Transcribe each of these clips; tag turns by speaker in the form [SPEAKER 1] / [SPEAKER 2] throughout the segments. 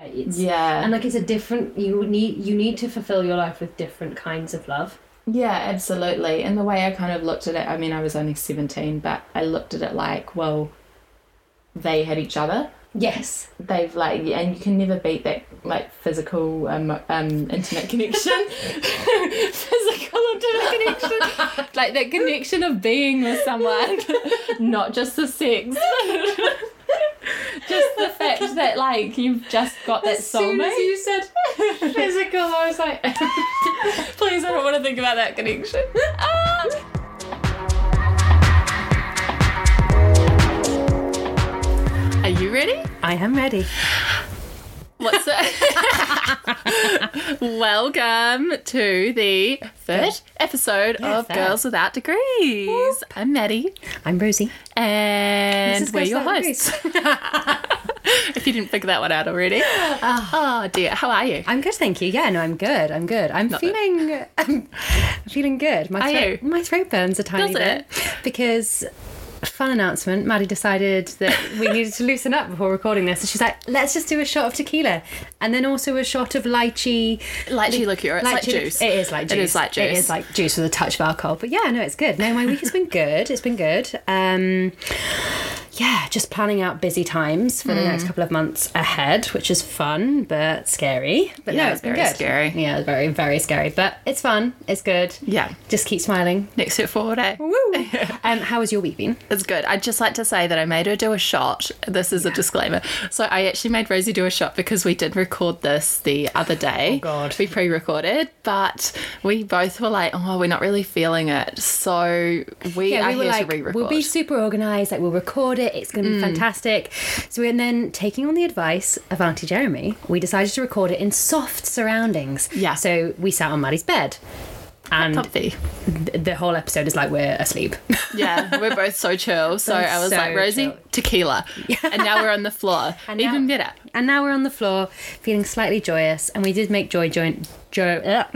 [SPEAKER 1] it's
[SPEAKER 2] yeah
[SPEAKER 1] and like it's a different you would need you need to fulfill your life with different kinds of love
[SPEAKER 2] Yeah, absolutely. And the way I kind of looked at it, I mean, I was only 17, but I looked at it like, well, they had each other.
[SPEAKER 1] yes
[SPEAKER 2] They've like, and you can never beat that like physical, um, um intimate connection, physical intimate connection, like that connection of being with someone, not just the sex, just the fact that like you've just got that
[SPEAKER 1] as soon
[SPEAKER 2] soulmate.
[SPEAKER 1] as you said physical i was like
[SPEAKER 2] Please, I don't want to think about that connection. Ah! Are you ready?
[SPEAKER 1] i am ready
[SPEAKER 2] What's it? Welcome to the third episode
[SPEAKER 1] Yeah,
[SPEAKER 2] of
[SPEAKER 1] third.
[SPEAKER 2] Girls Without Degrees. I'm Maddie,
[SPEAKER 1] i'm rosie
[SPEAKER 2] and
[SPEAKER 1] This is
[SPEAKER 2] we're
[SPEAKER 1] Girls
[SPEAKER 2] your
[SPEAKER 1] Without
[SPEAKER 2] hosts. if you didn't figure that one out already.
[SPEAKER 3] Ah.
[SPEAKER 2] Oh dear, how are you?
[SPEAKER 3] I'm good, thank you. Yeah, no, I'm good. I'm good. I'm
[SPEAKER 2] Not that-
[SPEAKER 3] feeling, I'm feeling good. My
[SPEAKER 2] Are
[SPEAKER 3] throat,
[SPEAKER 2] you?
[SPEAKER 3] my throat burns a tiny
[SPEAKER 2] Does
[SPEAKER 3] bit because fun announcement. Maddie decided that we needed to loosen up before recording this, and she's like, "Let's just do a shot of tequila, and then also a shot of lychee,
[SPEAKER 2] Lychee liqueur, it's like juice.
[SPEAKER 3] It is like
[SPEAKER 2] It
[SPEAKER 3] juice.
[SPEAKER 2] is like
[SPEAKER 3] It
[SPEAKER 2] juice.
[SPEAKER 3] is like juice with a touch of alcohol. But yeah, no, it's good. No, my week has been good. It's been good. Um, yeah, just planning out busy times for the
[SPEAKER 2] Mm.
[SPEAKER 3] next couple of months ahead, which is fun but scary. But
[SPEAKER 2] Yeah,
[SPEAKER 3] no, it's been
[SPEAKER 2] very
[SPEAKER 3] good.
[SPEAKER 2] scary.
[SPEAKER 3] Yeah, it's very very scary, but it's fun. It's good.
[SPEAKER 2] Yeah.
[SPEAKER 3] just keep smiling.
[SPEAKER 2] Next step forward, eh?
[SPEAKER 3] Woo! um, how has your week been?
[SPEAKER 2] It's good. I'd just like to say that I made her do a shot. This is a disclaimer. So I actually made Rosie do a shot because we did record this the other day. Oh
[SPEAKER 3] God.
[SPEAKER 2] We pre-recorded, but we both were like, "Oh, we're not really feeling it." So we are here to re-record. Mm.
[SPEAKER 3] we'll be super organized. Like, we'll record it. It's going to be fantastic. So, and then taking on the advice of Auntie Jeremy, we decided to record it in soft surroundings.
[SPEAKER 2] Yeah.
[SPEAKER 3] So we sat on Maddie's bed, and
[SPEAKER 2] comfy.
[SPEAKER 3] th- the whole episode is like we're asleep.
[SPEAKER 2] Yeah, we're both so chill. So
[SPEAKER 3] Both
[SPEAKER 2] I was
[SPEAKER 3] so
[SPEAKER 2] like, "Rosie,
[SPEAKER 3] chill.
[SPEAKER 2] tequila," and now we're on the floor.
[SPEAKER 3] And now-
[SPEAKER 2] Even better.
[SPEAKER 3] and now we're on the floor, feeling slightly joyous. And we did make Joy join Joe. ugh.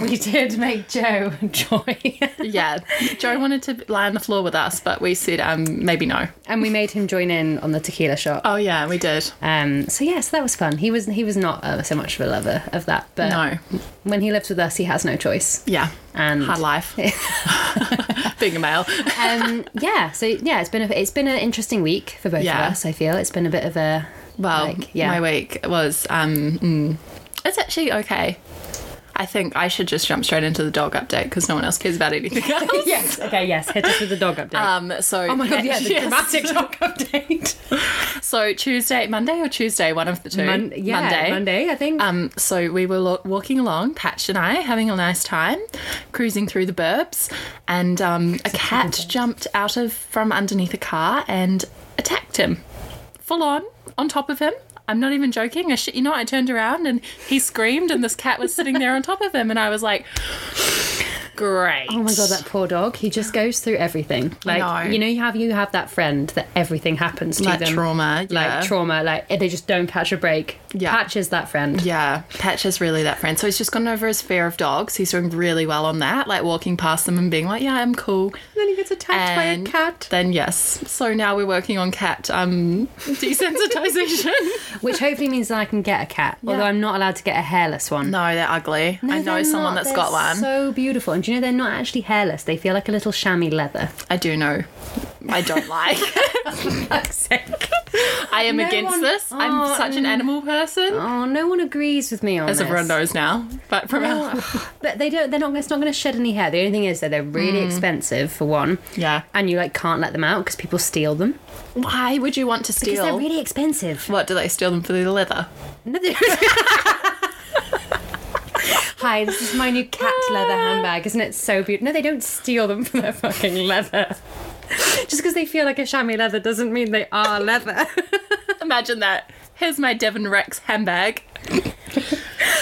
[SPEAKER 3] we did make Joe joy,
[SPEAKER 2] Yeah, Joe wanted to lie on the floor with us, but we said, "Um, maybe no."
[SPEAKER 3] and we made him join in on the tequila shot.
[SPEAKER 2] Oh yeah, we did.
[SPEAKER 3] Um, so yeah, so that was fun. He was he was not uh, so much of a lover of that, but
[SPEAKER 2] No.
[SPEAKER 3] when he lives with us, he has no choice.
[SPEAKER 2] Yeah,
[SPEAKER 3] And
[SPEAKER 2] hard life. Being a male.
[SPEAKER 3] um, yeah, so yeah, it's been a, it's been an interesting week for both
[SPEAKER 2] Yeah.
[SPEAKER 3] of us. I feel it's been a bit of a
[SPEAKER 2] Well,
[SPEAKER 3] like, yeah.
[SPEAKER 2] my week was um, mm, it's actually okay. I think I should just jump straight into the dog update because no one else cares about anything else.
[SPEAKER 3] yes, okay, yes. Hit us with the dog update.
[SPEAKER 2] Um, so
[SPEAKER 3] oh my god, yeah, the
[SPEAKER 2] yes.
[SPEAKER 3] dramatic dog update.
[SPEAKER 2] So Tuesday, Monday or Tuesday, one of the two.
[SPEAKER 3] Mon- yeah, Monday, I think.
[SPEAKER 2] Um, so we were lo- walking along, Patch and I, having a nice time, cruising through the burbs, and um, a cat jumped out of from underneath a car and attacked him, full on, on top of him. I'm not even joking. I shit you not. I turned around and he screamed, and this cat was sitting there on top of him, and I was like, "Great!"
[SPEAKER 3] Oh my god, that poor dog. He just goes through everything. Like
[SPEAKER 2] know.
[SPEAKER 3] you know, you have you have that friend that everything happens to
[SPEAKER 2] Like
[SPEAKER 3] them.
[SPEAKER 2] trauma, yeah.
[SPEAKER 3] like trauma. Like eh, they just don't catch a break.
[SPEAKER 2] Yeah.
[SPEAKER 3] Patch is that friend.
[SPEAKER 2] Yeah, Patch is really that friend. So he's just gotten over his fear of dogs. He's doing really well on that, like walking past them and being like, "Yeah, I'm cool."
[SPEAKER 3] And then he gets attacked by a
[SPEAKER 2] And
[SPEAKER 3] cat.
[SPEAKER 2] Then yes. So now we're working on cat um, desensitization.
[SPEAKER 3] Which hopefully means that I can get a cat. Although I'm not allowed to get a hairless one.
[SPEAKER 2] no, they're ugly. I know
[SPEAKER 3] they're
[SPEAKER 2] someone
[SPEAKER 3] not.
[SPEAKER 2] that's
[SPEAKER 3] They're
[SPEAKER 2] got one.
[SPEAKER 3] So beautiful. And do you know they're not actually hairless? They feel like a little chamois leather.
[SPEAKER 2] I do know. I don't like. I am
[SPEAKER 3] No
[SPEAKER 2] against
[SPEAKER 3] one-
[SPEAKER 2] this. I'm
[SPEAKER 3] Oh,
[SPEAKER 2] such an
[SPEAKER 3] mm. Oh, Ah.
[SPEAKER 2] Mm.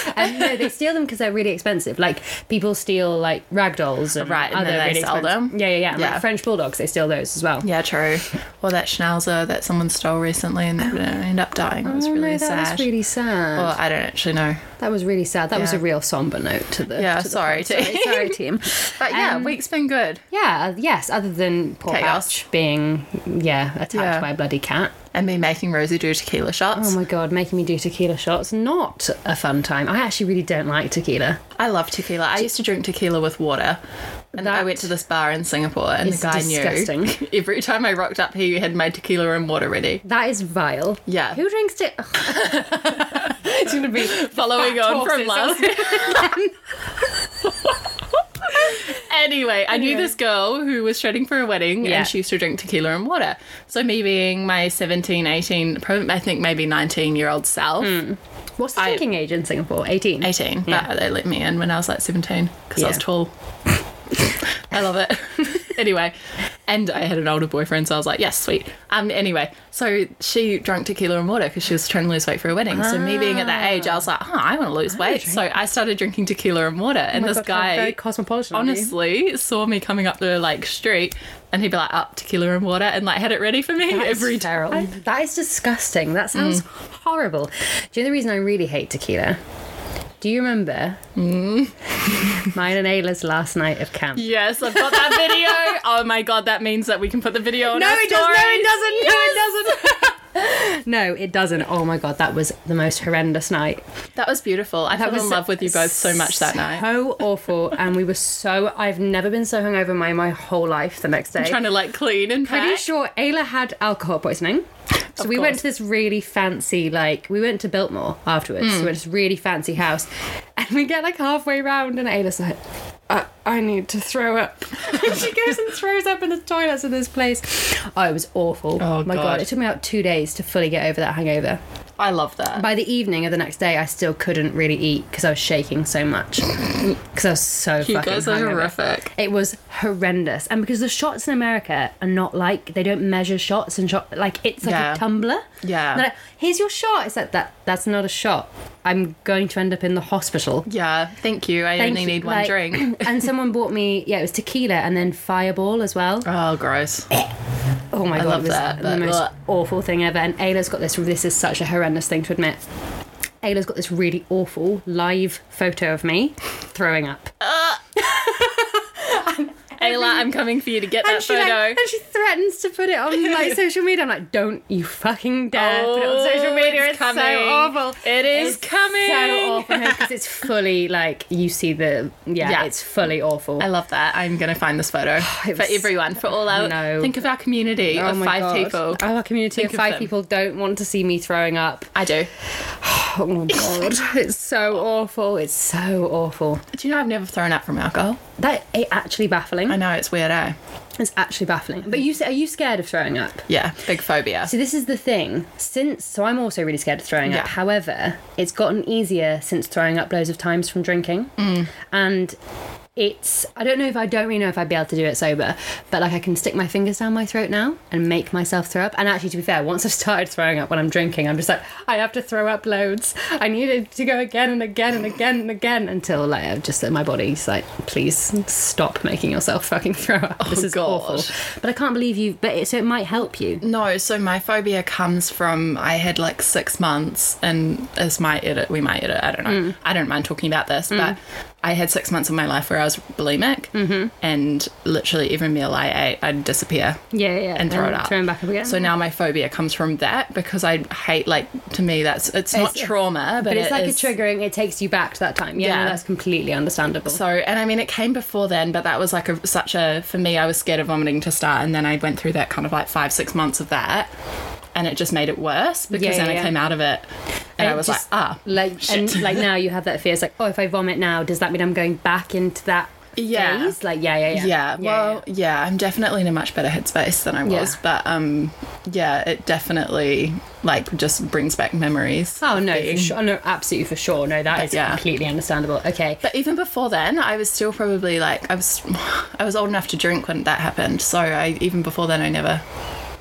[SPEAKER 3] Oh, uh,
[SPEAKER 4] and me making Rosie do tequila shots.
[SPEAKER 3] Oh my god, making me do tequila shots. Not a fun time. I actually really don't like tequila.
[SPEAKER 4] I love tequila. I used to drink tequila with water. And I
[SPEAKER 3] That
[SPEAKER 4] went to this bar in Singapore, and the
[SPEAKER 3] is
[SPEAKER 4] guy knew
[SPEAKER 3] disgusting.
[SPEAKER 4] every time I rocked up, he had made tequila and water ready.
[SPEAKER 3] That is vile.
[SPEAKER 4] Yeah.
[SPEAKER 3] Who drinks it? it's gonna be
[SPEAKER 4] Following
[SPEAKER 3] Fat
[SPEAKER 4] on from
[SPEAKER 3] horses.
[SPEAKER 4] last. anyway, I knew this girl who was shredding for a wedding
[SPEAKER 3] Yeah.
[SPEAKER 4] and she used to drink tequila and water. So, me being my 17, 18, prob- I think maybe 19 year old self,
[SPEAKER 3] What's the
[SPEAKER 4] I-
[SPEAKER 3] drinking age in Singapore? 18.
[SPEAKER 4] 18,
[SPEAKER 3] Hmm. Yeah.
[SPEAKER 4] but they let me in when I was like 17 because I was
[SPEAKER 3] Yeah.
[SPEAKER 4] tall. I love it. anyway, and I had an older boyfriend, so I was like, yes, sweet. Um, anyway, so she drank tequila and water because she was trying to lose weight for a wedding. So me being at that age, I was like, huh, I want to lose weight. So I started drinking tequila and water, and
[SPEAKER 3] Oh my
[SPEAKER 4] this
[SPEAKER 3] God, how
[SPEAKER 4] guy
[SPEAKER 3] very cosmopolitan. of you.
[SPEAKER 4] honestly saw me coming up the like street, and he'd be like, up tequila and water, and like had it ready for me
[SPEAKER 3] That is
[SPEAKER 4] every time. Mm.
[SPEAKER 3] feral. That is disgusting. That sounds horrible. Do you know the reason I really hate tequila? Do you remember
[SPEAKER 4] Mm.
[SPEAKER 3] mine and Ayla's last night of camp?
[SPEAKER 4] Yes, I've got that video. oh my god, that means that we can put the video on.
[SPEAKER 3] No,
[SPEAKER 4] our
[SPEAKER 3] it doesn't. No, it
[SPEAKER 4] stories.
[SPEAKER 3] doesn't. No, it doesn't. no, it doesn't. Oh my god, that was the most horrendous night.
[SPEAKER 4] That was beautiful. I
[SPEAKER 3] That
[SPEAKER 4] fell
[SPEAKER 3] was
[SPEAKER 4] in love with you both so much that night.
[SPEAKER 3] So awful, and we were so. I've never been so hungover in my my whole life. The next day,
[SPEAKER 4] Trying to like clean and pack.
[SPEAKER 3] pretty sure Ayla had alcohol poisoning. So
[SPEAKER 4] Of
[SPEAKER 3] we
[SPEAKER 4] course.
[SPEAKER 3] went to this really fancy, like we went to Biltmore afterwards.
[SPEAKER 4] Hmm.
[SPEAKER 3] We went to this really fancy house, and we get like halfway round, and Ayla's like, "I, I need to throw up." and she goes and throws up in the toilets of this place. Oh, it was awful.
[SPEAKER 4] Oh,
[SPEAKER 3] my god.
[SPEAKER 4] God.
[SPEAKER 3] It took me about two days to fully get over that hangover.
[SPEAKER 4] I love that.
[SPEAKER 3] By the evening of the next day, I still couldn't really eat because I was shaking so much. Because I was so
[SPEAKER 4] You
[SPEAKER 3] fucking
[SPEAKER 4] guys are
[SPEAKER 3] hungover.
[SPEAKER 4] horrific.
[SPEAKER 3] It was horrendous. And because the shots in America are not like they don't measure shots and shot like it's like
[SPEAKER 4] Yeah.
[SPEAKER 3] a tumbler.
[SPEAKER 4] Yeah.
[SPEAKER 3] They're like, Here's your shot. It's like that that's not a shot. I'm going to end up in the hospital.
[SPEAKER 4] Yeah, thank you. I
[SPEAKER 3] Thank
[SPEAKER 4] only
[SPEAKER 3] you.
[SPEAKER 4] need one
[SPEAKER 3] Like,
[SPEAKER 4] drink.
[SPEAKER 3] and someone bought me yeah, it was tequila and then fireball as well.
[SPEAKER 4] Oh, gross.
[SPEAKER 3] Oh my god,
[SPEAKER 4] love
[SPEAKER 3] it was
[SPEAKER 4] that,
[SPEAKER 3] the
[SPEAKER 4] but-
[SPEAKER 3] most
[SPEAKER 4] Ugh.
[SPEAKER 3] awful thing ever. And Ayla's got this. This is such a horrendous thing to admit. Ayla's got this really awful live photo of me throwing up.
[SPEAKER 4] Ayla, I'm coming for you to get that
[SPEAKER 3] and she
[SPEAKER 4] photo.
[SPEAKER 3] Like, and she threatens to put it on like social media. I'm like, don't you fucking dare put it on social
[SPEAKER 4] Oh,
[SPEAKER 3] media.
[SPEAKER 4] it's
[SPEAKER 3] It's,
[SPEAKER 4] coming.
[SPEAKER 3] so awful.
[SPEAKER 4] It is
[SPEAKER 3] It's
[SPEAKER 4] coming.
[SPEAKER 3] So awful because it's fully like you see the yeah,
[SPEAKER 4] Yeah.
[SPEAKER 3] It's fully awful.
[SPEAKER 4] I love that. I'm going to find this photo for
[SPEAKER 3] was-
[SPEAKER 4] everyone, for all our.
[SPEAKER 3] No.
[SPEAKER 4] Think of our community
[SPEAKER 3] Oh
[SPEAKER 4] of
[SPEAKER 3] my
[SPEAKER 4] five
[SPEAKER 3] God.
[SPEAKER 4] people.
[SPEAKER 3] Our community
[SPEAKER 4] Think
[SPEAKER 3] of
[SPEAKER 4] of
[SPEAKER 3] five
[SPEAKER 4] them.
[SPEAKER 3] people don't want to see me throwing up.
[SPEAKER 4] I do.
[SPEAKER 3] Oh my god, it's so awful. It's so awful.
[SPEAKER 4] Do you know I've never thrown up from alcohol?
[SPEAKER 3] That it actually
[SPEAKER 4] I
[SPEAKER 3] baffling.
[SPEAKER 4] know, it's weird, eh?
[SPEAKER 3] It's actually baffling. But you, are you scared of throwing up?
[SPEAKER 4] Yeah, big phobia.
[SPEAKER 3] So this is the thing. Since so I'm also really scared of throwing
[SPEAKER 4] Yeah.
[SPEAKER 3] up. However, it's gotten easier since throwing up loads of times from drinking.
[SPEAKER 4] Mm.
[SPEAKER 3] And it's I don't know if I don't really know if I'd be able to do it sober, but like I can stick my fingers down my throat now and make myself throw up. And actually to be fair, once I've started throwing up when I'm drinking, I'm just like, I have to throw up loads. I need it to go again and again and again and again until like I've just my body's like, please stop making yourself fucking throw up. this is
[SPEAKER 4] God.
[SPEAKER 3] awful. But I can't believe you but it, so it might help you.
[SPEAKER 4] No, so my phobia comes from I had like six months, and as my edit, we might edit. I don't know. I don't mind talking about this, but I had six months of my life where I was bulimic, and literally every meal I ate, I'd disappear.
[SPEAKER 3] Yeah, yeah,
[SPEAKER 4] And throw it up.
[SPEAKER 3] Throw him back up again.
[SPEAKER 4] So now my phobia comes from that because I hate like to me that's it's not
[SPEAKER 3] It's-
[SPEAKER 4] trauma, but,
[SPEAKER 3] but it's
[SPEAKER 4] it
[SPEAKER 3] like
[SPEAKER 4] is-
[SPEAKER 3] a triggering. It takes you back to that time. Yeah, no,
[SPEAKER 4] Yeah.
[SPEAKER 3] that's completely understandable.
[SPEAKER 4] So and I mean it came before then, but that was like a such a for me I was scared of vomiting to start, and then I went through that kind of like five six months of that, and it just made it worse because
[SPEAKER 3] Yeah,
[SPEAKER 4] then
[SPEAKER 3] yeah,
[SPEAKER 4] I
[SPEAKER 3] yeah.
[SPEAKER 4] came out of it, and I
[SPEAKER 3] it
[SPEAKER 4] was
[SPEAKER 3] just-
[SPEAKER 4] like ah
[SPEAKER 3] like
[SPEAKER 4] shit.
[SPEAKER 3] and like now you have that fear. It's like, oh, if I vomit now, does that mean I'm going back into that
[SPEAKER 4] Yeah.
[SPEAKER 3] phase? Like, yeah, yeah, yeah.
[SPEAKER 4] yeah, well yeah. I'm definitely in a much better headspace than I
[SPEAKER 3] Yeah.
[SPEAKER 4] was, but um yeah it definitely like just brings back memories.
[SPEAKER 3] Oh no, for sure. no, absolutely for sure. No, that is
[SPEAKER 4] yeah.
[SPEAKER 3] completely understandable. Okay,
[SPEAKER 4] But even before then, I was still probably like I was, I was old enough to drink when that happened. So I even before then, I never,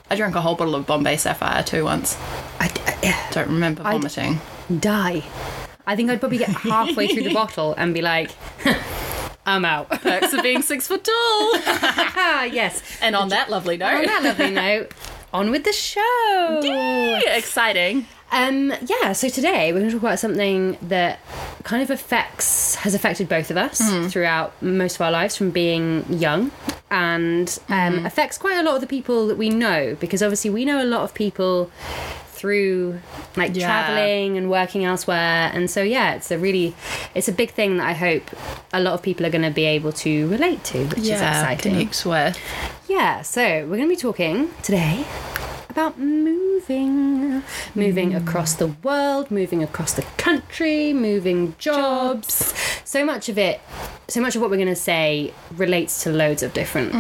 [SPEAKER 4] I drank a whole bottle of Bombay Sapphire too once.
[SPEAKER 3] I,
[SPEAKER 4] Don't remember vomiting.
[SPEAKER 3] I die. I think I'd probably get halfway through the bottle and be like, I'm out.
[SPEAKER 4] Perks of being six foot tall.
[SPEAKER 3] ah, yes.
[SPEAKER 4] And on that lovely
[SPEAKER 3] On
[SPEAKER 4] note,
[SPEAKER 3] that lovely note, on with the show.
[SPEAKER 4] Yay, exciting.
[SPEAKER 3] Um, yeah, so today we're going to talk about something that kind of affects, has affected both of us throughout most of our lives from being young and um, affects quite a lot of the people that we know because obviously we know a lot of people through like
[SPEAKER 4] Yeah.
[SPEAKER 3] traveling and working elsewhere and so yeah it's a really it's a big thing that i hope a lot of people are going to be able to relate to which is exciting
[SPEAKER 4] connects with.
[SPEAKER 3] yeah, so we're going to be talking today about moving. Moving across the world, moving across the country, moving jobs. So much of it, so much of what we're going to say relates to loads of different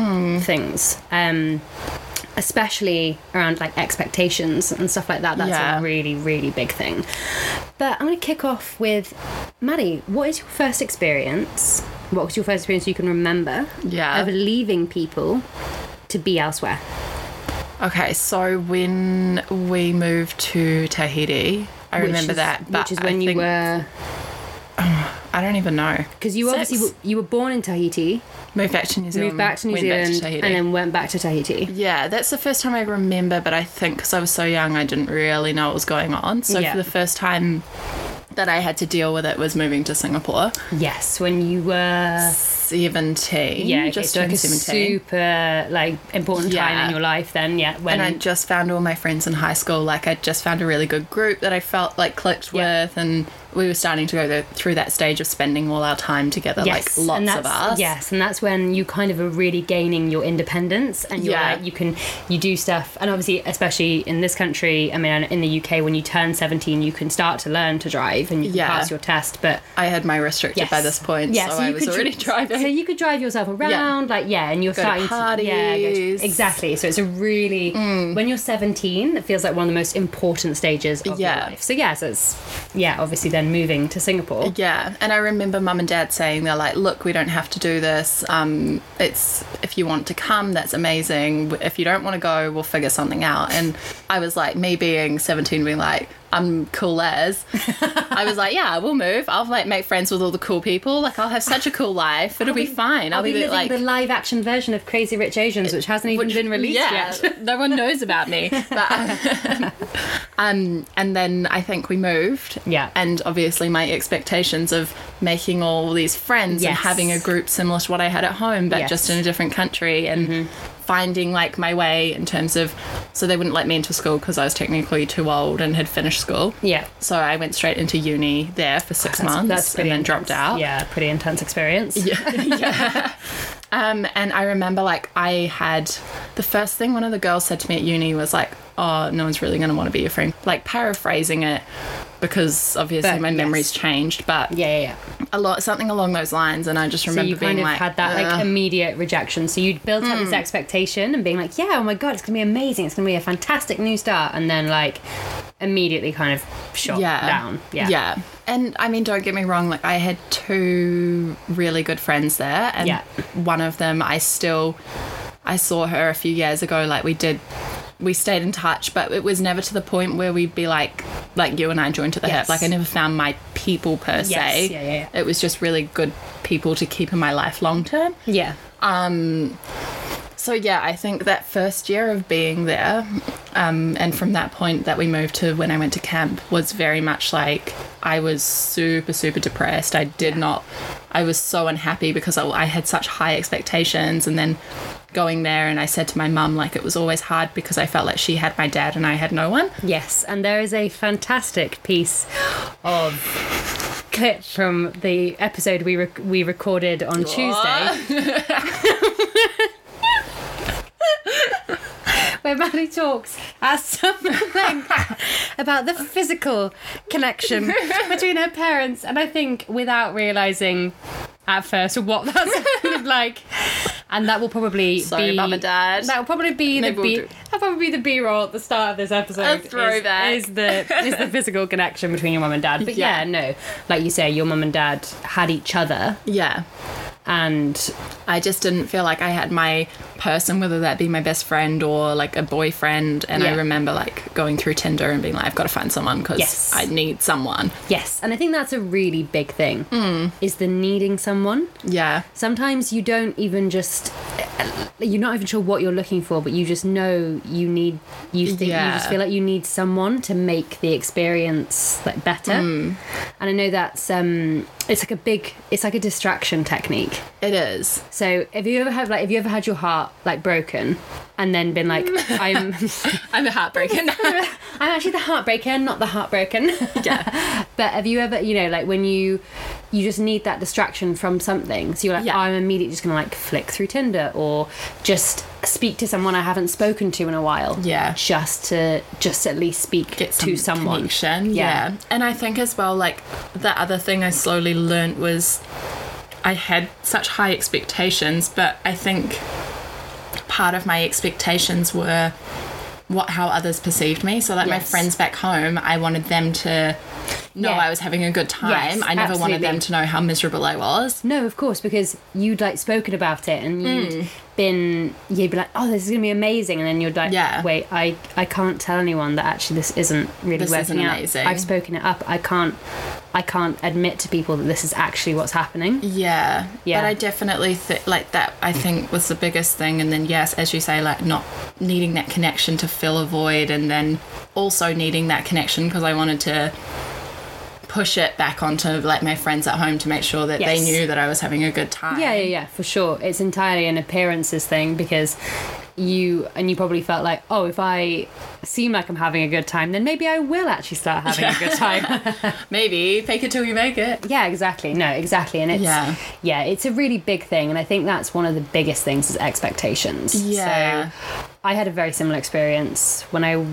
[SPEAKER 3] things. Um, especially around like expectations and stuff like that. That's
[SPEAKER 4] Yeah.
[SPEAKER 3] a really, really big thing. But I'm going to kick off with Maddie, what is your first experience? What was your first experience you can remember
[SPEAKER 4] Yeah.
[SPEAKER 3] of leaving people to be elsewhere?
[SPEAKER 4] Okay, so when we moved to Tahiti, I
[SPEAKER 3] Which
[SPEAKER 4] remember
[SPEAKER 3] is-
[SPEAKER 4] that. But
[SPEAKER 3] which is
[SPEAKER 4] I
[SPEAKER 3] when you
[SPEAKER 4] think-
[SPEAKER 3] were
[SPEAKER 4] I don't even know.
[SPEAKER 3] because you
[SPEAKER 4] Six.
[SPEAKER 3] obviously were, you were born in Tahiti,
[SPEAKER 4] Moved back to New Zealand.
[SPEAKER 3] moved back to New
[SPEAKER 4] went
[SPEAKER 3] Zealand,
[SPEAKER 4] back to Tahiti.
[SPEAKER 3] and then went back to Tahiti.
[SPEAKER 4] Yeah, that's the first time I remember, but I think because I was so young, I didn't really know what was going on. So
[SPEAKER 3] Yeah.
[SPEAKER 4] for the first time that I had to deal with it was moving to Singapore,
[SPEAKER 3] Yes, when you were
[SPEAKER 4] seventeen.
[SPEAKER 3] yeah, okay,
[SPEAKER 4] just
[SPEAKER 3] so like
[SPEAKER 4] turned
[SPEAKER 3] a
[SPEAKER 4] seventeen.
[SPEAKER 3] super like important time
[SPEAKER 4] Yeah.
[SPEAKER 3] in your life. Then yeah, when
[SPEAKER 4] and I just found all my friends in high school. Like I just found a really good group that I felt like clicked
[SPEAKER 3] Yeah.
[SPEAKER 4] with, and we were starting to go th- through that stage of spending all our time together,
[SPEAKER 3] yes,
[SPEAKER 4] like
[SPEAKER 3] and
[SPEAKER 4] lots
[SPEAKER 3] that's,
[SPEAKER 4] of us.
[SPEAKER 3] Yes, and that's when you kind of are really gaining your independence, and you're
[SPEAKER 4] Yeah.
[SPEAKER 3] like you can you do stuff, and obviously, especially in this country, I mean, in the UK, when you turn seventeen, you can start to learn to drive and you can
[SPEAKER 4] Yeah.
[SPEAKER 3] pass your test, but
[SPEAKER 4] I had my restricted by this point, so, I
[SPEAKER 3] you
[SPEAKER 4] was
[SPEAKER 3] could
[SPEAKER 4] already
[SPEAKER 3] dri-
[SPEAKER 4] driving.
[SPEAKER 3] So you could drive yourself around, like yeah, and you're
[SPEAKER 4] Go to
[SPEAKER 3] starting yeah, go
[SPEAKER 4] parties. Mm.
[SPEAKER 3] exactly. So it's a really when you're 17, it feels like one of the most important stages of
[SPEAKER 4] Yeah.
[SPEAKER 3] your life. So yeah, so it's yeah, obviously then moving to Singapore.
[SPEAKER 4] Yeah, and I remember mum and dad saying they're like, "Look, we don't have to do this. Um, it's if you want to come, that's amazing. If you don't want to go, we'll figure something out." And I was like, me being seventeen, being like, "I'm cool as," I was like, "Yeah, we'll move. I'll like make friends with all the cool people. Like, I'll have such a cool life. It'll be, fine. I'll,
[SPEAKER 3] I'll be living
[SPEAKER 4] like
[SPEAKER 3] the live action version of Crazy Rich Asians, which hasn't even been released
[SPEAKER 4] yeah,
[SPEAKER 3] yet.
[SPEAKER 4] no one knows about me. But, um, um, and then I think we moved.
[SPEAKER 3] Yeah.
[SPEAKER 4] And obviously, my expectations of making all these friends and
[SPEAKER 3] Yes.
[SPEAKER 4] having a group similar to what I had at home, but
[SPEAKER 3] Yes. Mm-hmm.
[SPEAKER 4] just in a different country and. Finding like my way in terms of, so they wouldn't let me into school because I was technically too old and had finished school.
[SPEAKER 3] Yeah.
[SPEAKER 4] So I went straight into uni there for six months and
[SPEAKER 3] pretty
[SPEAKER 4] then
[SPEAKER 3] intense.
[SPEAKER 4] dropped out.
[SPEAKER 3] Yeah, pretty intense experience.
[SPEAKER 4] Um, and I remember like I had the first thing one of the girls said to me at uni was like, "Oh, no one's really going to want to be your friend." Like paraphrasing it because obviously
[SPEAKER 3] But,
[SPEAKER 4] my
[SPEAKER 3] yes.
[SPEAKER 4] memory's changed, but
[SPEAKER 3] Yeah, yeah, yeah.
[SPEAKER 4] a lot something along those lines. And I just
[SPEAKER 3] So
[SPEAKER 4] remember
[SPEAKER 3] you
[SPEAKER 4] being
[SPEAKER 3] kind of
[SPEAKER 4] like,
[SPEAKER 3] had that like
[SPEAKER 4] "Ugh." Hmm.
[SPEAKER 3] immediate rejection. So you'd built up this expectation and being like, yeah, oh my god, it's gonna be amazing. It's gonna be a fantastic new start, and then like immediately kind of shot down. Yeah,
[SPEAKER 4] yeah. And I mean, don't get me wrong. Like I had two really good friends there, and
[SPEAKER 3] Yeah.
[SPEAKER 4] one of them I still, I saw her a few years ago. Like we did, we stayed in touch, but it was never to the point where we'd be like, like you and I joined at the
[SPEAKER 3] Yes.
[SPEAKER 4] hip. Like I never found my people per se.
[SPEAKER 3] yeah, yeah, yeah.
[SPEAKER 4] It was just really good people to keep in my life long term.
[SPEAKER 3] yeah.
[SPEAKER 4] Um, so yeah, I think that first year of being there, um, and from that point that we moved to when I went to camp was very much like I was super super depressed. I did not. I was so unhappy because I, I had such high expectations, and then going there and I said to my mum like it was always hard because I felt like she had my dad and I had no one.
[SPEAKER 3] Yes, and there is a fantastic piece of clip from the episode we rec- we recorded on Tuesday. Where Maddie talks at some length about the physical connection between her parents, and I think without realizing at first what that sounded like, and that will probably
[SPEAKER 4] Sorry,
[SPEAKER 3] be
[SPEAKER 4] Mum and Dad.
[SPEAKER 3] That will probably be
[SPEAKER 4] Maybe
[SPEAKER 3] the
[SPEAKER 4] we'll
[SPEAKER 3] B.
[SPEAKER 4] do-
[SPEAKER 3] that'll probably be the B roll at the start of this episode.
[SPEAKER 4] A
[SPEAKER 3] is-
[SPEAKER 4] throwback.
[SPEAKER 3] is the is the physical connection between your mum and dad. But yeah.
[SPEAKER 4] Yeah.
[SPEAKER 3] no, like you say, your mum and dad had each other,
[SPEAKER 4] Yeah.
[SPEAKER 3] and
[SPEAKER 4] I just didn't feel like I had my person, whether that be my best friend or like a boyfriend. And
[SPEAKER 3] Yeah.
[SPEAKER 4] I remember like going through Tinder and being like, I've got to find someone because
[SPEAKER 3] Yes.
[SPEAKER 4] I need someone.
[SPEAKER 3] yes, and I think that's a really
[SPEAKER 4] Hmm.
[SPEAKER 3] big thing. Is the needing someone.
[SPEAKER 4] Yeah.
[SPEAKER 3] Sometimes you don't even just you're not even sure what you're looking for, but you just know you need you think you
[SPEAKER 4] Yeah.
[SPEAKER 3] just feel like you need someone to make the experience like better.
[SPEAKER 4] Hmm.
[SPEAKER 3] And I know that's um it's like a big it's like a distraction technique.
[SPEAKER 4] It is.
[SPEAKER 3] So have you ever had like have you ever had your heart like broken and then been like I'm
[SPEAKER 4] I'm a heartbreaker now.
[SPEAKER 3] I'm actually the heartbreaker, not the heartbroken.
[SPEAKER 4] yeah.
[SPEAKER 3] But have you ever, you know, like when you you just need that distraction from something, so you're like,
[SPEAKER 4] Yeah.
[SPEAKER 3] I'm immediately just gonna like flick through Tinder or just speak to someone I haven't spoken to in a while.
[SPEAKER 4] Yeah.
[SPEAKER 3] Just to just at least speak
[SPEAKER 4] Get some
[SPEAKER 3] to someone.
[SPEAKER 4] connection.
[SPEAKER 3] Yeah.
[SPEAKER 4] Yeah. And I think as well, like the other thing I slowly learnt was I had such high expectations, but I think part of my expectations were what how others perceived me. So like my
[SPEAKER 3] Yes.
[SPEAKER 4] friends back home, I wanted them to know
[SPEAKER 3] Yeah.
[SPEAKER 4] I was having a good time.
[SPEAKER 3] Yes,
[SPEAKER 4] I never wanted
[SPEAKER 3] absolutely.
[SPEAKER 4] them to know how miserable I was.
[SPEAKER 3] No, of course, because you'd like spoken about it and you'd
[SPEAKER 4] Hmm.
[SPEAKER 3] been you'd be like, Oh, this is gonna be amazing and then you'd like
[SPEAKER 4] Yeah.
[SPEAKER 3] wait, I, I can't tell anyone that actually this isn't really
[SPEAKER 4] This
[SPEAKER 3] working
[SPEAKER 4] isn't
[SPEAKER 3] out.
[SPEAKER 4] amazing."
[SPEAKER 3] I've spoken it up. I can't I can't admit to people that this is actually what's happening.
[SPEAKER 4] Yeah.
[SPEAKER 3] Yeah.
[SPEAKER 4] But I definitely th- like that. I think was the biggest thing. And then yes, as you say, like not needing that connection to fill a void, and then also needing that connection because I wanted to push it back onto like my friends at home to make sure that
[SPEAKER 3] Yes.
[SPEAKER 4] they knew that I was having a good time.
[SPEAKER 3] Yeah, yeah, yeah, for sure. It's entirely an appearances thing because you and you probably felt like, oh, if I seem like I'm having a good time, then maybe I will actually start having a good time.
[SPEAKER 4] Maybe fake it till you make it.
[SPEAKER 3] yeah, exactly. No, exactly. And it's yeah.
[SPEAKER 4] Yeah.
[SPEAKER 3] it's a really big thing, and I think that's one of the biggest things is expectations.
[SPEAKER 4] Yeah.
[SPEAKER 3] So I had a very similar experience when I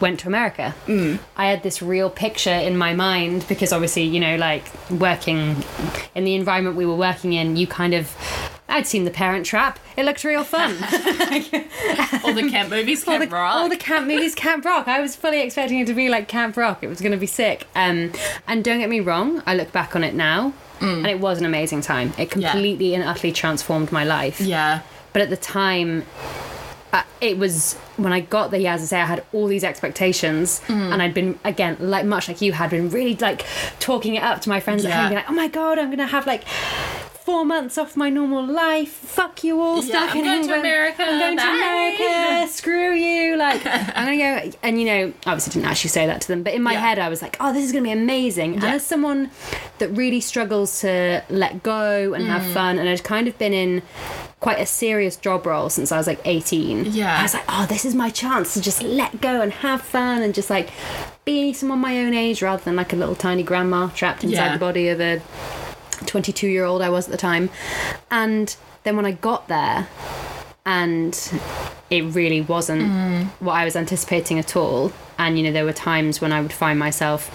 [SPEAKER 3] went to America. Mm. I had this real picture in my mind because obviously, you know, like working in the environment we were working in, you kind of I'd seen the Parent Trap. It looked real fun.
[SPEAKER 4] All the camp movies,
[SPEAKER 3] all
[SPEAKER 4] camp
[SPEAKER 3] the,
[SPEAKER 4] rock.
[SPEAKER 3] all the camp movies, Camp Rock. I was fully expecting it to be like Camp Rock. It was going to be sick. Um, and don't get me wrong, I look back on it now,
[SPEAKER 4] Mm.
[SPEAKER 3] and it was an amazing time. It completely and utterly transformed my life.
[SPEAKER 4] yeah.
[SPEAKER 3] But at the time, uh, it was when I got there. Yeah, as I say, I had all these expectations,
[SPEAKER 4] Mm.
[SPEAKER 3] and I'd been again, like much like you had been, really like talking it up to my friends at
[SPEAKER 4] Yeah.
[SPEAKER 3] home, being like, "Oh my god, I'm gonna have like." Four months off my normal life. Fuck you all.
[SPEAKER 4] Yeah,
[SPEAKER 3] stuck
[SPEAKER 4] I'm
[SPEAKER 3] in
[SPEAKER 4] going to
[SPEAKER 3] England.
[SPEAKER 4] America,
[SPEAKER 3] I'm going to
[SPEAKER 4] bye."
[SPEAKER 3] America. Screw you. Like I'm gonna go. And you know, obviously didn't actually say that to them, but in my
[SPEAKER 4] Yeah.
[SPEAKER 3] head I was like, oh, this is gonna be amazing. And
[SPEAKER 4] Yeah.
[SPEAKER 3] as someone that really struggles to let go and
[SPEAKER 4] Mm.
[SPEAKER 3] have fun, and I'd kind of been in quite a serious job role since I was like 18.
[SPEAKER 4] Yeah.
[SPEAKER 3] I was like, oh, this is my chance to just let go and have fun and just like be someone my own age rather than like a little tiny grandma trapped inside
[SPEAKER 4] Yeah.
[SPEAKER 3] the body of a 22 year old I was at the time. And then when I got there, and it really wasn't what I was anticipating at all. And you know, there were times when I would find myself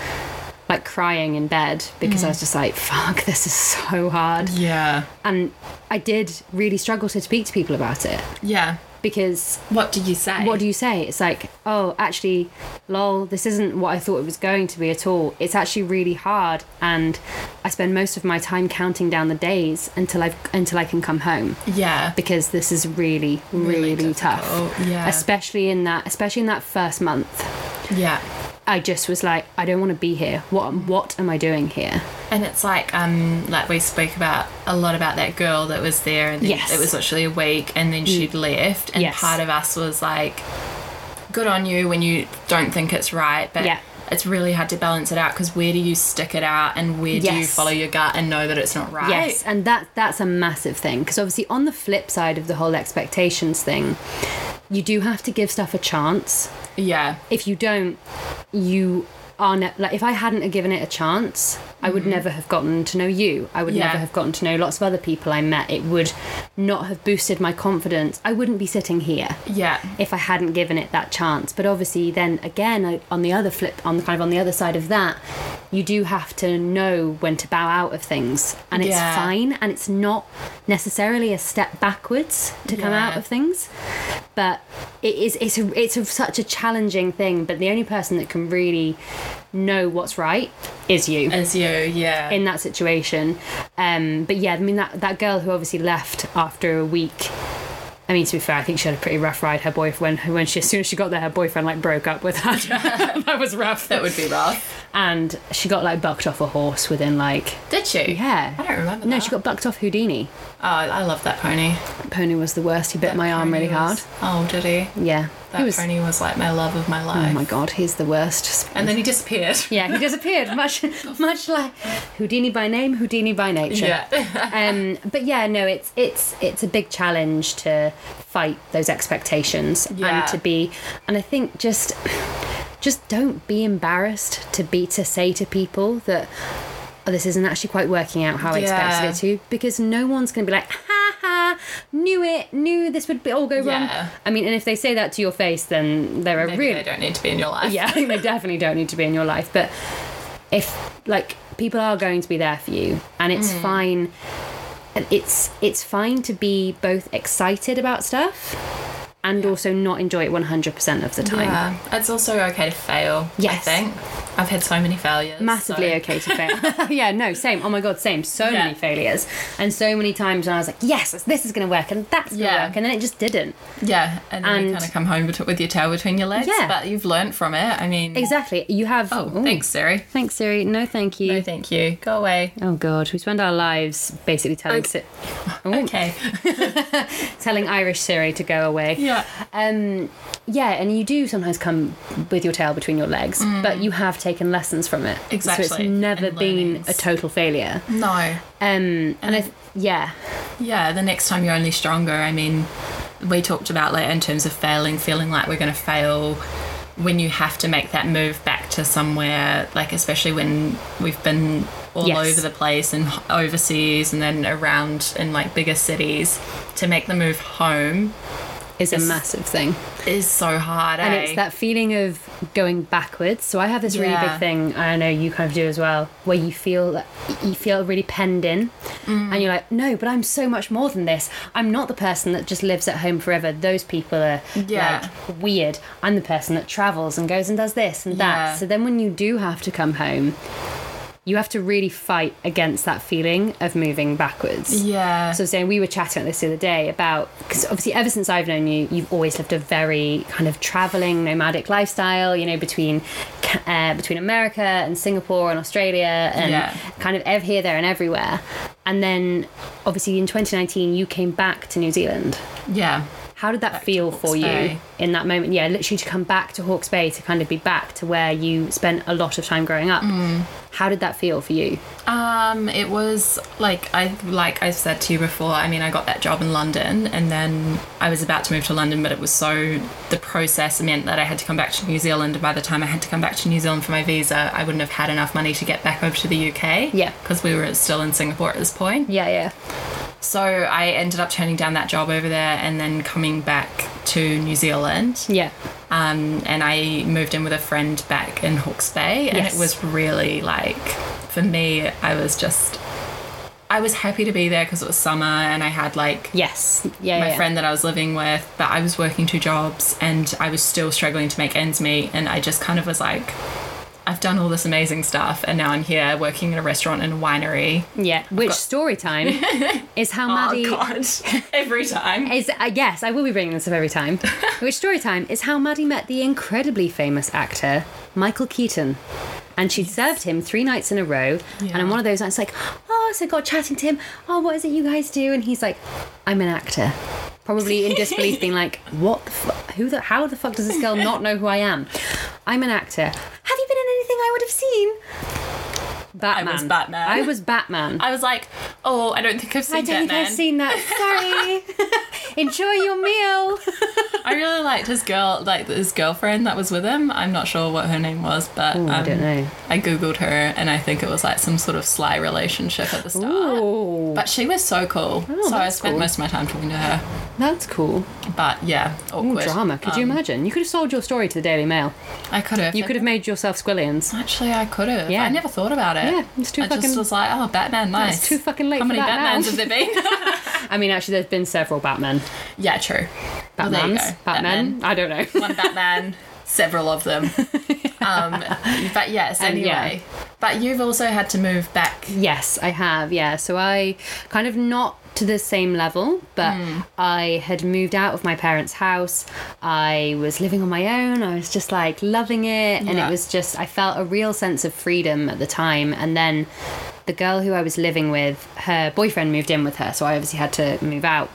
[SPEAKER 3] like crying in bed because I was just like, fuck, this is so hard.
[SPEAKER 4] Mm. Yeah.
[SPEAKER 3] And I did really struggle to speak to people about it
[SPEAKER 4] Yeah.
[SPEAKER 3] because
[SPEAKER 4] What do you say?
[SPEAKER 3] what do you say? It's like, oh, actually, lol, this isn't what I thought it was going to be at all. It's actually really hard, and I spend most of my time counting down the days until I've until I can come home
[SPEAKER 4] Yeah.
[SPEAKER 3] because this is really, really, tough.
[SPEAKER 4] difficult, yeah.
[SPEAKER 3] Especially in that, especially in that first month,
[SPEAKER 4] Yeah.
[SPEAKER 3] I just was like, I don't want to be here. What, what am I doing here?
[SPEAKER 4] And it's like, um, like we speak about a lot about that girl that was there, and then
[SPEAKER 3] Yes. Mm.
[SPEAKER 4] it was literally a week, and then she'd left, and
[SPEAKER 3] Yes.
[SPEAKER 4] part of us was like, good on you when you don't think it's right, but
[SPEAKER 3] Yeah.
[SPEAKER 4] it's really hard to balance it out because where do you stick it out, and where do you
[SPEAKER 3] Yes.
[SPEAKER 4] follow your gut and know that it's not right?
[SPEAKER 3] Yes, and that that's a massive thing because obviously on the flip side of the whole expectations thing, you do have to give stuff a chance.
[SPEAKER 4] Yeah.
[SPEAKER 3] if you don't, you are ne- like if I hadn't have given it a chance, I would never have gotten to know you. I would
[SPEAKER 4] Mm-hmm. Yeah.
[SPEAKER 3] never have gotten to know lots of other people I met. It would not have boosted my confidence. I wouldn't be sitting here
[SPEAKER 4] Yeah.
[SPEAKER 3] if I hadn't given it that chance. But obviously, then again, I- on the other flip, on the kind of on the other side of that, you do have to know when to bow out of things, and it's
[SPEAKER 4] Yeah.
[SPEAKER 3] fine, and it's not necessarily a step backwards to come
[SPEAKER 4] Yeah.
[SPEAKER 3] out of things. But it is it's a, it's a, such a challenging thing. But the only person that can really know what's right is you
[SPEAKER 4] As you, yeah.
[SPEAKER 3] in that situation. Um, but yeah, I mean that that girl who obviously left after a week. I mean, to be fair, I think she had a pretty rough ride. Her boyfriend, when she as soon as she got there, her boyfriend like broke up with her. that was rough.
[SPEAKER 4] that would be rough.
[SPEAKER 3] and she got like bucked off a horse within like
[SPEAKER 4] Did she?
[SPEAKER 3] yeah.
[SPEAKER 4] I don't remember.
[SPEAKER 3] No,
[SPEAKER 4] that.
[SPEAKER 3] she got bucked off Houdini.
[SPEAKER 4] Oh, I love that pony.
[SPEAKER 3] Pony was the worst. He bit my arm
[SPEAKER 4] Pony
[SPEAKER 3] really hard.
[SPEAKER 4] was- Oh, did he?
[SPEAKER 3] Yeah,
[SPEAKER 4] That
[SPEAKER 3] he was.
[SPEAKER 4] pony was like my love of my life.
[SPEAKER 3] Oh my god, he's the worst.
[SPEAKER 4] and then he disappeared.
[SPEAKER 3] Yeah, he disappeared. Much, much like Houdini by name, Houdini by nature.
[SPEAKER 4] Yeah.
[SPEAKER 3] um, but yeah, no, it's it's it's a big challenge to fight those expectations
[SPEAKER 4] Yeah.
[SPEAKER 3] and to be, and I think just just don't be embarrassed to be to say to people that oh, this isn't actually quite working out how I
[SPEAKER 4] Yeah.
[SPEAKER 3] expected it to, because no one's going to be like ha ha knew it knew this would be, all go
[SPEAKER 4] Yeah.
[SPEAKER 3] wrong. I mean, and if they say that to your face, then they're a
[SPEAKER 4] Maybe
[SPEAKER 3] really
[SPEAKER 4] they don't need to be in your life.
[SPEAKER 3] yeah, I think they definitely don't need to be in your life. But if like people are going to be there for you, and it's
[SPEAKER 4] Mm.
[SPEAKER 3] fine. and It's it's fine to be both excited about stuff and also not enjoy it one hundred percent of the time.
[SPEAKER 4] Yeah. It's also okay to fail. I
[SPEAKER 3] Yes.
[SPEAKER 4] think I've had so many failures.
[SPEAKER 3] Massively
[SPEAKER 4] so-
[SPEAKER 3] okay to fail. yeah, no, same. Oh my god, same. So
[SPEAKER 4] Yeah.
[SPEAKER 3] many failures and so many times when I was like, yes, this is going to work and that's going to
[SPEAKER 4] Yeah.
[SPEAKER 3] work, and then it just didn't.
[SPEAKER 4] Yeah, and then you
[SPEAKER 3] And-
[SPEAKER 4] kind of come home bet- with your tail between your legs.
[SPEAKER 3] Yeah.
[SPEAKER 4] but you've learnt from it. I mean,
[SPEAKER 3] Exactly. You have.
[SPEAKER 4] oh,
[SPEAKER 3] Ooh.
[SPEAKER 4] thanks, Siri.
[SPEAKER 3] Thanks, Siri. No, thank you.
[SPEAKER 4] No, thank you. Go away.
[SPEAKER 3] oh god, we spend our lives basically telling.
[SPEAKER 4] Okay.
[SPEAKER 3] Si- Ooh.
[SPEAKER 4] Okay.
[SPEAKER 3] telling Irish Siri to go away.
[SPEAKER 4] Yeah.
[SPEAKER 3] Um, yeah, and you do sometimes come with your tail between your legs, but you have taken lessons from it. So
[SPEAKER 4] Mm. Exactly,
[SPEAKER 3] it's never
[SPEAKER 4] and
[SPEAKER 3] been
[SPEAKER 4] learnings.
[SPEAKER 3] a total failure.
[SPEAKER 4] No.
[SPEAKER 3] Um, and I, yeah,
[SPEAKER 4] Yeah, the next time you're only stronger. I mean, we talked about later in terms of failing, feeling like we're going to fail when you have to make that move back to somewhere, like especially when we've been all
[SPEAKER 3] Yes.
[SPEAKER 4] over the place and overseas and then around in like bigger cities to make the move home
[SPEAKER 3] is a
[SPEAKER 4] It's-
[SPEAKER 3] massive thing.
[SPEAKER 4] is so hard.
[SPEAKER 3] And
[SPEAKER 4] eh?
[SPEAKER 3] it's that feeling of going backwards. So I have this really
[SPEAKER 4] Yeah.
[SPEAKER 3] big thing. I know you kind of do as well, where you feel that you feel really penned in,
[SPEAKER 4] Mm.
[SPEAKER 3] and you're like, no, but I'm so much more than this. I'm not the person that just lives at home forever. Those people are
[SPEAKER 4] Yeah.
[SPEAKER 3] like weird. I'm the person that travels and goes and does this and that.
[SPEAKER 4] Yeah.
[SPEAKER 3] So then when you do have to come home, you have to really fight against that feeling of moving backwards.
[SPEAKER 4] Yeah.
[SPEAKER 3] So saying we were chatting about this the other day about because obviously ever since I've known you, you've always lived a very kind of traveling nomadic lifestyle. You know between ca- uh, between America and Singapore and Australia and
[SPEAKER 4] Yeah.
[SPEAKER 3] kind of ev- here, there, and everywhere. And then obviously in 2019, you came back to New Zealand.
[SPEAKER 4] yeah.
[SPEAKER 3] How did that feel
[SPEAKER 4] Hawke's
[SPEAKER 3] for
[SPEAKER 4] Bay.
[SPEAKER 3] you in that moment? Yeah, literally to come back to Hawke's Bay to kind of be back to where you spent a lot of time growing up.
[SPEAKER 4] Mm.
[SPEAKER 3] How did that feel for you?
[SPEAKER 4] Um, it was like I like I said to you before. I mean, I got that job in London, and then I was about to move to London, but it was so the process meant that I had to come back to New Zealand. And by the time I had to come back to New Zealand for my visa, I wouldn't have had enough money to get back over to the UK.
[SPEAKER 3] Yeah.
[SPEAKER 4] because we were still in Singapore at this point.
[SPEAKER 3] Yeah, yeah,
[SPEAKER 4] So I ended up turning down that job over there, and then coming back to New Zealand.
[SPEAKER 3] yeah.
[SPEAKER 4] um, and I moved in with a friend back in Hawke's Bay, and
[SPEAKER 3] Yes.
[SPEAKER 4] it was really like for me, I was just I was happy to be there because it was summer, and I had like
[SPEAKER 3] Yes, yeah.
[SPEAKER 4] my
[SPEAKER 3] yeah.
[SPEAKER 4] friend that I was living with, but I was working two jobs, and I was still struggling to make ends meet, and I just kind of was like. I've done all this amazing stuff, and now I'm here working in a restaurant and a winery.
[SPEAKER 3] Yeah, which story time is how Maddie
[SPEAKER 4] Oh, God! Every time.
[SPEAKER 3] is. Uh, yes, I will be bringing this up every time. which story time is how Maddie met the incredibly famous actor Michael Keaton, and she'd served him three nights in a row. And
[SPEAKER 4] Yeah.
[SPEAKER 3] on one of those nights, like, oh, so got chatting to him. Oh, what is it you guys do? And he's like, I'm an actor. Probably in disbelief, being like, "What? The fu- who? The? How the fuck does this girl not know who I am? I'm an actor. Have you been in anything I would have seen? Batman.
[SPEAKER 4] Batman.
[SPEAKER 3] I was Batman.
[SPEAKER 4] I was like, "Oh, I don't think I've seen
[SPEAKER 3] I don't
[SPEAKER 4] Batman."
[SPEAKER 3] think I've seen that. Sorry. Enjoy your meal.
[SPEAKER 4] I really liked his girl, like his girlfriend that was with him. I'm not sure what her name was, but
[SPEAKER 3] I
[SPEAKER 4] um,
[SPEAKER 3] don't know.
[SPEAKER 4] I googled her, and I think it was like some sort of sly relationship at the start.
[SPEAKER 3] Ooh. Oh,
[SPEAKER 4] But she was so cool, so I
[SPEAKER 3] that's
[SPEAKER 4] spent
[SPEAKER 3] cool.
[SPEAKER 4] most of my time talking to her.
[SPEAKER 3] That's cool.
[SPEAKER 4] But yeah,
[SPEAKER 3] Ooh,
[SPEAKER 4] awkward
[SPEAKER 3] drama. Could you
[SPEAKER 4] Um,
[SPEAKER 3] imagine? You could have sold your story to the Daily Mail.
[SPEAKER 4] I could have.
[SPEAKER 3] You could have made yourself squillions.
[SPEAKER 4] Actually, I could have.
[SPEAKER 3] Yeah.
[SPEAKER 4] I never thought about it.
[SPEAKER 3] Yeah, it's too
[SPEAKER 4] I just
[SPEAKER 3] fucking-
[SPEAKER 4] was like, oh, Batman, nice.
[SPEAKER 3] too fucking late
[SPEAKER 4] How
[SPEAKER 3] for
[SPEAKER 4] many
[SPEAKER 3] that now.
[SPEAKER 4] Batmans have there been?
[SPEAKER 3] I mean, actually, there's been several Batmen.
[SPEAKER 4] yeah, true. Well, there you
[SPEAKER 3] Batmans.
[SPEAKER 4] go.
[SPEAKER 3] Batmen. I don't know.
[SPEAKER 4] one Batman, several of them. Um, but yes,
[SPEAKER 3] And
[SPEAKER 4] anyway.
[SPEAKER 3] yeah.
[SPEAKER 4] But you've also had to move back.
[SPEAKER 3] yes, I have. Yeah. So I kind of not to the same level, but I had moved out of my parents' house. I was living on my own. I was just like loving it. And
[SPEAKER 4] Yeah.
[SPEAKER 3] it was just, I felt a real sense of freedom at the time. And then the girl who I was living with, her boyfriend moved in with her. So I obviously had to move out.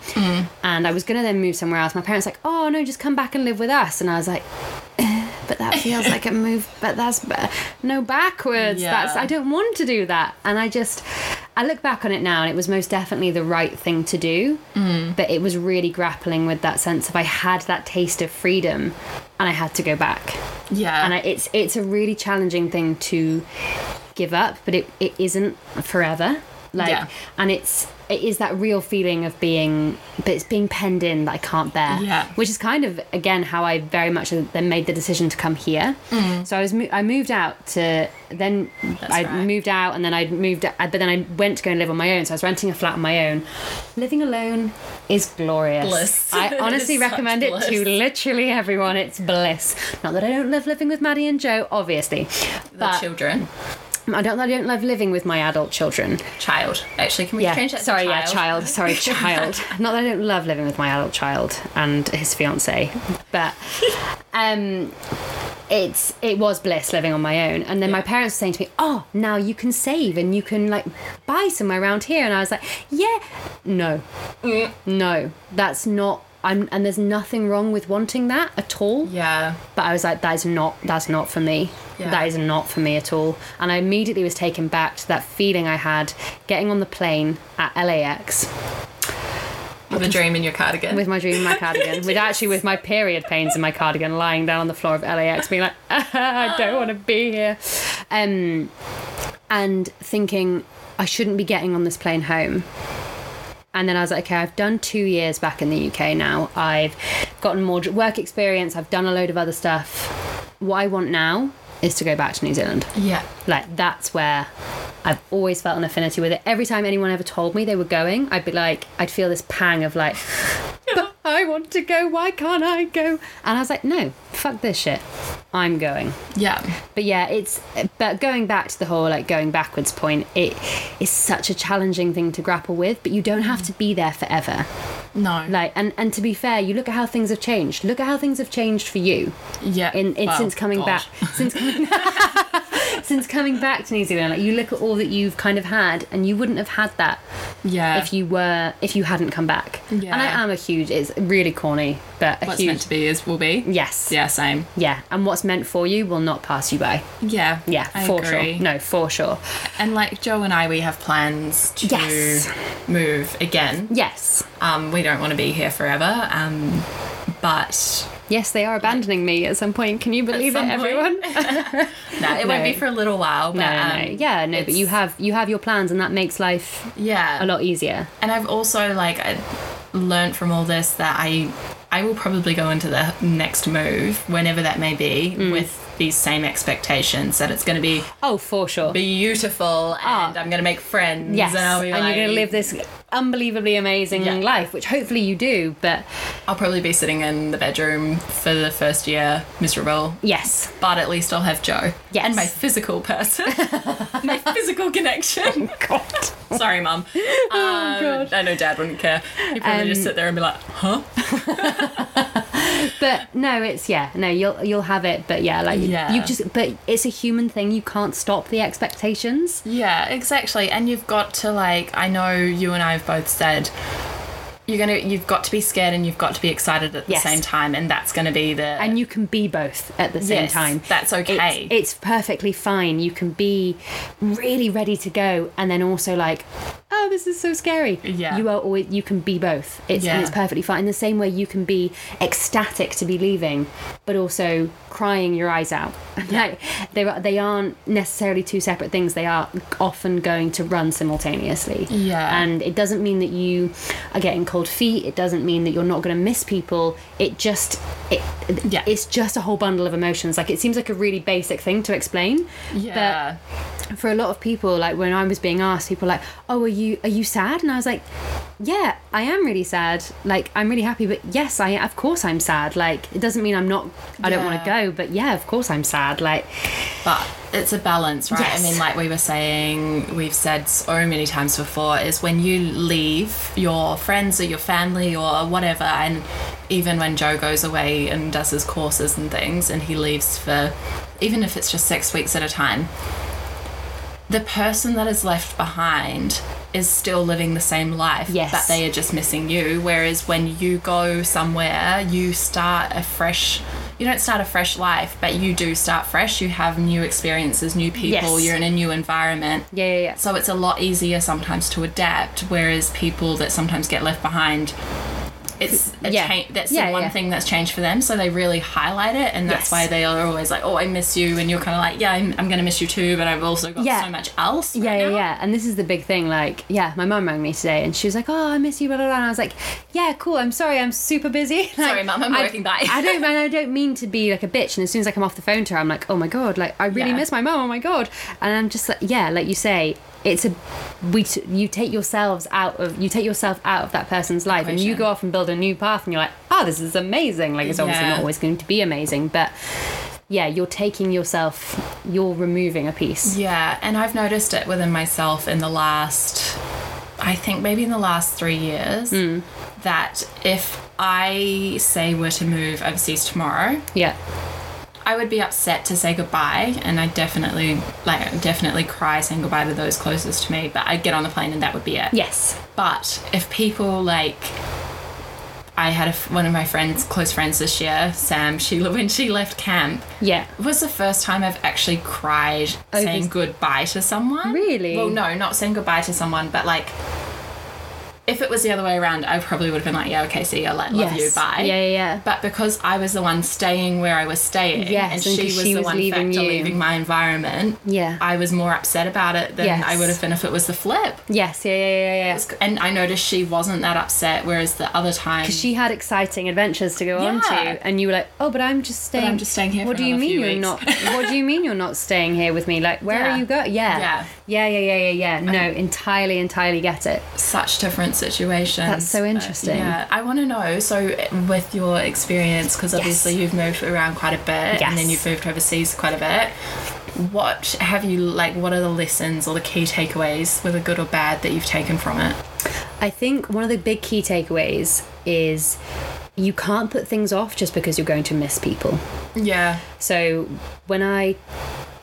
[SPEAKER 3] And I was going to then move somewhere else. My parents were like, oh, no, just come back and live with us. And I was like, but that feels like a move but that's ba- no backwards
[SPEAKER 4] Yeah.
[SPEAKER 3] that's i don't want to do that and i just i look back on it now and it was most definitely the right thing to do but it was really grappling with that sense of i had that taste of freedom and i had to go back
[SPEAKER 4] Yeah.
[SPEAKER 3] and I, it's it's a really challenging thing to give up but it, it isn't forever like
[SPEAKER 4] Yeah.
[SPEAKER 3] and it's it is that real feeling of being but it's being penned in that i can't bear
[SPEAKER 4] Yeah.
[SPEAKER 3] which is kind of again how i very much then made the decision to come here so i was mo- i moved out to then i
[SPEAKER 4] Mm. right.
[SPEAKER 3] moved out and then i moved I- but then i went to go and live on my own so i was renting a flat on my own living alone is glorious
[SPEAKER 4] Bliss. It
[SPEAKER 3] i
[SPEAKER 4] is
[SPEAKER 3] honestly
[SPEAKER 4] such
[SPEAKER 3] recommend it to
[SPEAKER 4] bliss.
[SPEAKER 3] literally everyone. It's bliss. Not that I don't love living with Maddie and Joe, obviously,
[SPEAKER 4] the
[SPEAKER 3] but
[SPEAKER 4] children.
[SPEAKER 3] I don't. I don't love living with my adult children.
[SPEAKER 4] Child. Actually, can we
[SPEAKER 3] Yeah,
[SPEAKER 4] change that? to
[SPEAKER 3] sorry, yeah, child. Sorry, child. Not that I don't love living with my adult child and his fiance, but um, it's it was bliss living on my own. And then my parents were saying to me, "Oh, now you can save and you can like buy somewhere around here." And I was like, "Yeah, no,
[SPEAKER 4] Mm.
[SPEAKER 3] no, that's not." I'm, and there's nothing wrong with wanting that at all
[SPEAKER 4] Yeah.
[SPEAKER 3] but I was like, that is not that's not for me.
[SPEAKER 4] Yeah.
[SPEAKER 3] That is not for me at all. And I immediately was taken back to that feeling I had getting on the plane at LAX
[SPEAKER 4] With a dream in your cardigan.
[SPEAKER 3] with my dream in my cardigan, with actually with my period pains in my cardigan, lying down on the floor of LAX, being like, I don't want to be here, um, and thinking I shouldn't be getting on this plane home. And then I was like, okay, I've done two years back in the UK now. I've gotten more dr- work experience. I've done a load of other stuff. What I want now is to go back to New Zealand.
[SPEAKER 4] yeah.
[SPEAKER 3] Like that's where I've always felt an affinity with it. Every time anyone ever told me they were going, I'd be like, I'd feel this pang of like, but I want to go. Why can't I go? And I was like, no, fuck this shit. I'm going.
[SPEAKER 4] Yeah.
[SPEAKER 3] But yeah, it's but going back to the whole like going backwards point, it is such a challenging thing to grapple with. But you don't have to be there forever.
[SPEAKER 4] No.
[SPEAKER 3] Like and and to be fair, you look at how things have changed. Look at how things have changed for you
[SPEAKER 4] yeah.
[SPEAKER 3] in, in
[SPEAKER 4] Well,
[SPEAKER 3] since coming
[SPEAKER 4] God.
[SPEAKER 3] back since coming, since coming back to New Zealand like you look at all that you've kind of had and you wouldn't have had that
[SPEAKER 4] Yeah.
[SPEAKER 3] if you were if you hadn't come back
[SPEAKER 4] Yeah.
[SPEAKER 3] and I am a huge it's really corny but a
[SPEAKER 4] What's
[SPEAKER 3] huge
[SPEAKER 4] meant to be is will be.
[SPEAKER 3] yes
[SPEAKER 4] Yeah. Same.
[SPEAKER 3] yeah and what's meant for you will not pass you by
[SPEAKER 4] Yeah.
[SPEAKER 3] yeah
[SPEAKER 4] I
[SPEAKER 3] for
[SPEAKER 4] agree.
[SPEAKER 3] sure no for sure
[SPEAKER 4] And like Joe and I, we have plans to
[SPEAKER 3] Yes.
[SPEAKER 4] move again.
[SPEAKER 3] yes
[SPEAKER 4] Um, we don't want to be here forever. Um, but
[SPEAKER 3] yes they are abandoning me at some point can you believe it
[SPEAKER 4] some point.
[SPEAKER 3] everyone
[SPEAKER 4] no, it won't be for a little while. But,
[SPEAKER 3] no
[SPEAKER 4] um,
[SPEAKER 3] no yeah no but
[SPEAKER 4] it's-
[SPEAKER 3] you have you have your plans and that makes life
[SPEAKER 4] yeah
[SPEAKER 3] a lot easier
[SPEAKER 4] and I've also like I learned from all this that I I will probably go into the next move whenever that may be
[SPEAKER 3] Mm.
[SPEAKER 4] with these same expectations that it's going to be
[SPEAKER 3] oh for sure
[SPEAKER 4] beautiful and I'm going to make friends
[SPEAKER 3] Ah. Yes,
[SPEAKER 4] and I'll be like,
[SPEAKER 3] you're going to live this unbelievably amazing
[SPEAKER 4] Yeah.
[SPEAKER 3] life, which hopefully you do. But
[SPEAKER 4] I'll probably be sitting in the bedroom for the first year miserable
[SPEAKER 3] yes,
[SPEAKER 4] but at least I'll have Joe
[SPEAKER 3] Yes.
[SPEAKER 4] and my physical person my physical connection
[SPEAKER 3] God,
[SPEAKER 4] sorry mum
[SPEAKER 3] Oh,
[SPEAKER 4] Um,
[SPEAKER 3] God.
[SPEAKER 4] I know dad wouldn't care he'd probably
[SPEAKER 3] Um,
[SPEAKER 4] just sit there and be like huh
[SPEAKER 3] but no, it's yeah, no, you'll you'll have it. But yeah, like
[SPEAKER 4] Yeah.
[SPEAKER 3] you just, but it's a human thing. You can't stop the expectations.
[SPEAKER 4] Yeah, exactly. And you've got to like I know you and I have both said you're gonna you've got to be scared and you've got to be excited at the
[SPEAKER 3] Yes.
[SPEAKER 4] same time and that's gonna be the
[SPEAKER 3] and you can be both at the same
[SPEAKER 4] Yes,
[SPEAKER 3] time.
[SPEAKER 4] that's okay.
[SPEAKER 3] It's, it's perfectly fine. You can be really ready to go, and then also like, oh, this is so scary.
[SPEAKER 4] Yeah.
[SPEAKER 3] you are always you can be both. It's
[SPEAKER 4] Yeah.
[SPEAKER 3] and it's perfectly fine. In the same way, you can be ecstatic to be leaving, but also crying your eyes out. like they are- they aren't necessarily two separate things. They are often going to run simultaneously.
[SPEAKER 4] Yeah.
[SPEAKER 3] and it doesn't mean that you are getting cold feet. It doesn't mean that you're not going to miss people. It just it
[SPEAKER 4] Yeah.
[SPEAKER 3] it's just a whole bundle of emotions. Like it seems like a really basic thing to explain.
[SPEAKER 4] yeah.
[SPEAKER 3] But for a lot of people, like when I was being asked, people were like, "Oh, are you are you sad?" And I was like, "Yeah, I am really sad. Like I'm really happy, but yes, I of course I'm sad. Like it doesn't mean I'm not. I don't want to
[SPEAKER 4] Yeah.
[SPEAKER 3] go, but yeah, of course I'm sad. Like
[SPEAKER 4] But, it's a balance, right?
[SPEAKER 2] Yes.
[SPEAKER 4] I mean, like we were saying, we've said so many times before, is when you leave your friends or your family or whatever, and even when Joe goes away and does his courses and things, and he leaves for even if it's just six weeks at a time, the person that is left behind is still living the same life,
[SPEAKER 3] Yes.
[SPEAKER 4] but they are just missing you. Whereas when you go somewhere, you start a fresh. You don't start a fresh life, but you do start fresh. You have new experiences, new people.
[SPEAKER 3] Yes.
[SPEAKER 4] You're in a new environment.
[SPEAKER 3] Yeah, yeah, yeah.
[SPEAKER 4] So it's a lot easier sometimes to adapt. Whereas people that sometimes get left behind, it's a
[SPEAKER 3] Yeah.
[SPEAKER 4] cha- that's
[SPEAKER 3] Yeah,
[SPEAKER 4] the one
[SPEAKER 3] yeah.
[SPEAKER 4] thing that's changed for them. So they really highlight it, and that's
[SPEAKER 3] Yes.
[SPEAKER 4] why they are always like, "Oh, I miss you," and you're kind of like, "Yeah, I'm, I'm going to miss you too," but I've also got
[SPEAKER 3] Yeah.
[SPEAKER 4] so much else.
[SPEAKER 3] Yeah,
[SPEAKER 4] right
[SPEAKER 3] yeah,
[SPEAKER 4] now."
[SPEAKER 3] yeah. And this is the big thing. Like, yeah, my mum rang me today and she was like, "Oh, I miss you." Blah blah. blah. And I was like, "Yeah, cool. I'm sorry. I'm super busy. Like,
[SPEAKER 4] Sorry, Mum, I'm
[SPEAKER 3] I-
[SPEAKER 4] working, bye.
[SPEAKER 3] I don't. And I don't mean to be like a bitch. And as soon as I come off the phone to her, I'm like, "Oh my god. Like, I really
[SPEAKER 4] Yeah.
[SPEAKER 3] miss my mum. Oh my god." And I'm just like, yeah, like you say. It's a we t- you take yourselves out of you take yourself out of that person's life and you
[SPEAKER 4] Equation.
[SPEAKER 3] go off and build a new path and you're like oh this is amazing like it's obviously
[SPEAKER 4] Yeah.
[SPEAKER 3] not always going to be amazing but yeah you're taking yourself you're removing a
[SPEAKER 4] Mm-hmm.
[SPEAKER 3] piece
[SPEAKER 4] Yeah, and I've noticed it within myself in the last, I think maybe in the last three years, that if I say we're to move overseas tomorrow,
[SPEAKER 3] yeah
[SPEAKER 4] I would be upset to say goodbye, and I definitely like I'd definitely cry saying goodbye to those closest to me. But I'd get on the plane and that would be it.
[SPEAKER 3] yes
[SPEAKER 4] But if people like, I had a f one of my friends, close friends this year, Sam. She when she left camp,
[SPEAKER 3] yeah
[SPEAKER 4] it was the first time I've actually cried
[SPEAKER 3] Over-
[SPEAKER 4] saying goodbye to someone.
[SPEAKER 3] Oh, Really?
[SPEAKER 4] Well, no, not saying goodbye to someone, but like, if it was the other way around, I probably would have been like, yeah, okay, see you, like, love you, bye.
[SPEAKER 3] Yeah, yeah, yeah.
[SPEAKER 4] But because I was the one staying where I was staying,
[SPEAKER 3] Yes,
[SPEAKER 4] and
[SPEAKER 3] and
[SPEAKER 4] she
[SPEAKER 3] 'cause
[SPEAKER 4] was
[SPEAKER 3] she
[SPEAKER 4] the
[SPEAKER 3] was
[SPEAKER 4] one
[SPEAKER 3] leaving
[SPEAKER 4] factor
[SPEAKER 3] you.
[SPEAKER 4] leaving my environment,
[SPEAKER 3] Yeah.
[SPEAKER 4] I was more upset about it than
[SPEAKER 3] Yes.
[SPEAKER 4] I would have been if it was the flip.
[SPEAKER 3] Yes, yeah, yeah, yeah, yeah.
[SPEAKER 4] And I noticed she wasn't that upset, whereas the other time
[SPEAKER 3] Because she had exciting adventures to go on to,
[SPEAKER 4] Yeah.
[SPEAKER 3] and you were like, "Oh, but I'm just staying.
[SPEAKER 4] just staying here
[SPEAKER 3] What
[SPEAKER 4] for
[SPEAKER 3] do you
[SPEAKER 4] another
[SPEAKER 3] mean
[SPEAKER 4] few
[SPEAKER 3] you're
[SPEAKER 4] weeks."
[SPEAKER 3] not? What do you mean you're not staying here with me? Like, where
[SPEAKER 4] Yeah.
[SPEAKER 3] are you going? Yeah.
[SPEAKER 4] Yeah.
[SPEAKER 3] yeah, yeah, yeah, yeah, yeah. No, entirely, entirely get it.
[SPEAKER 4] such different situations.
[SPEAKER 3] That's so
[SPEAKER 4] But,
[SPEAKER 3] interesting.
[SPEAKER 4] yeah, I want to know. So, with your experience, because obviously you've moved around quite a bit, and
[SPEAKER 3] Yes.
[SPEAKER 4] then you've moved overseas quite a bit. What have you like? What are the lessons or the key takeaways, whether good or bad, that you've taken from it?
[SPEAKER 3] I think one of the big key takeaways is you can't put things off just because you're going to miss people.
[SPEAKER 4] Yeah,
[SPEAKER 3] So when I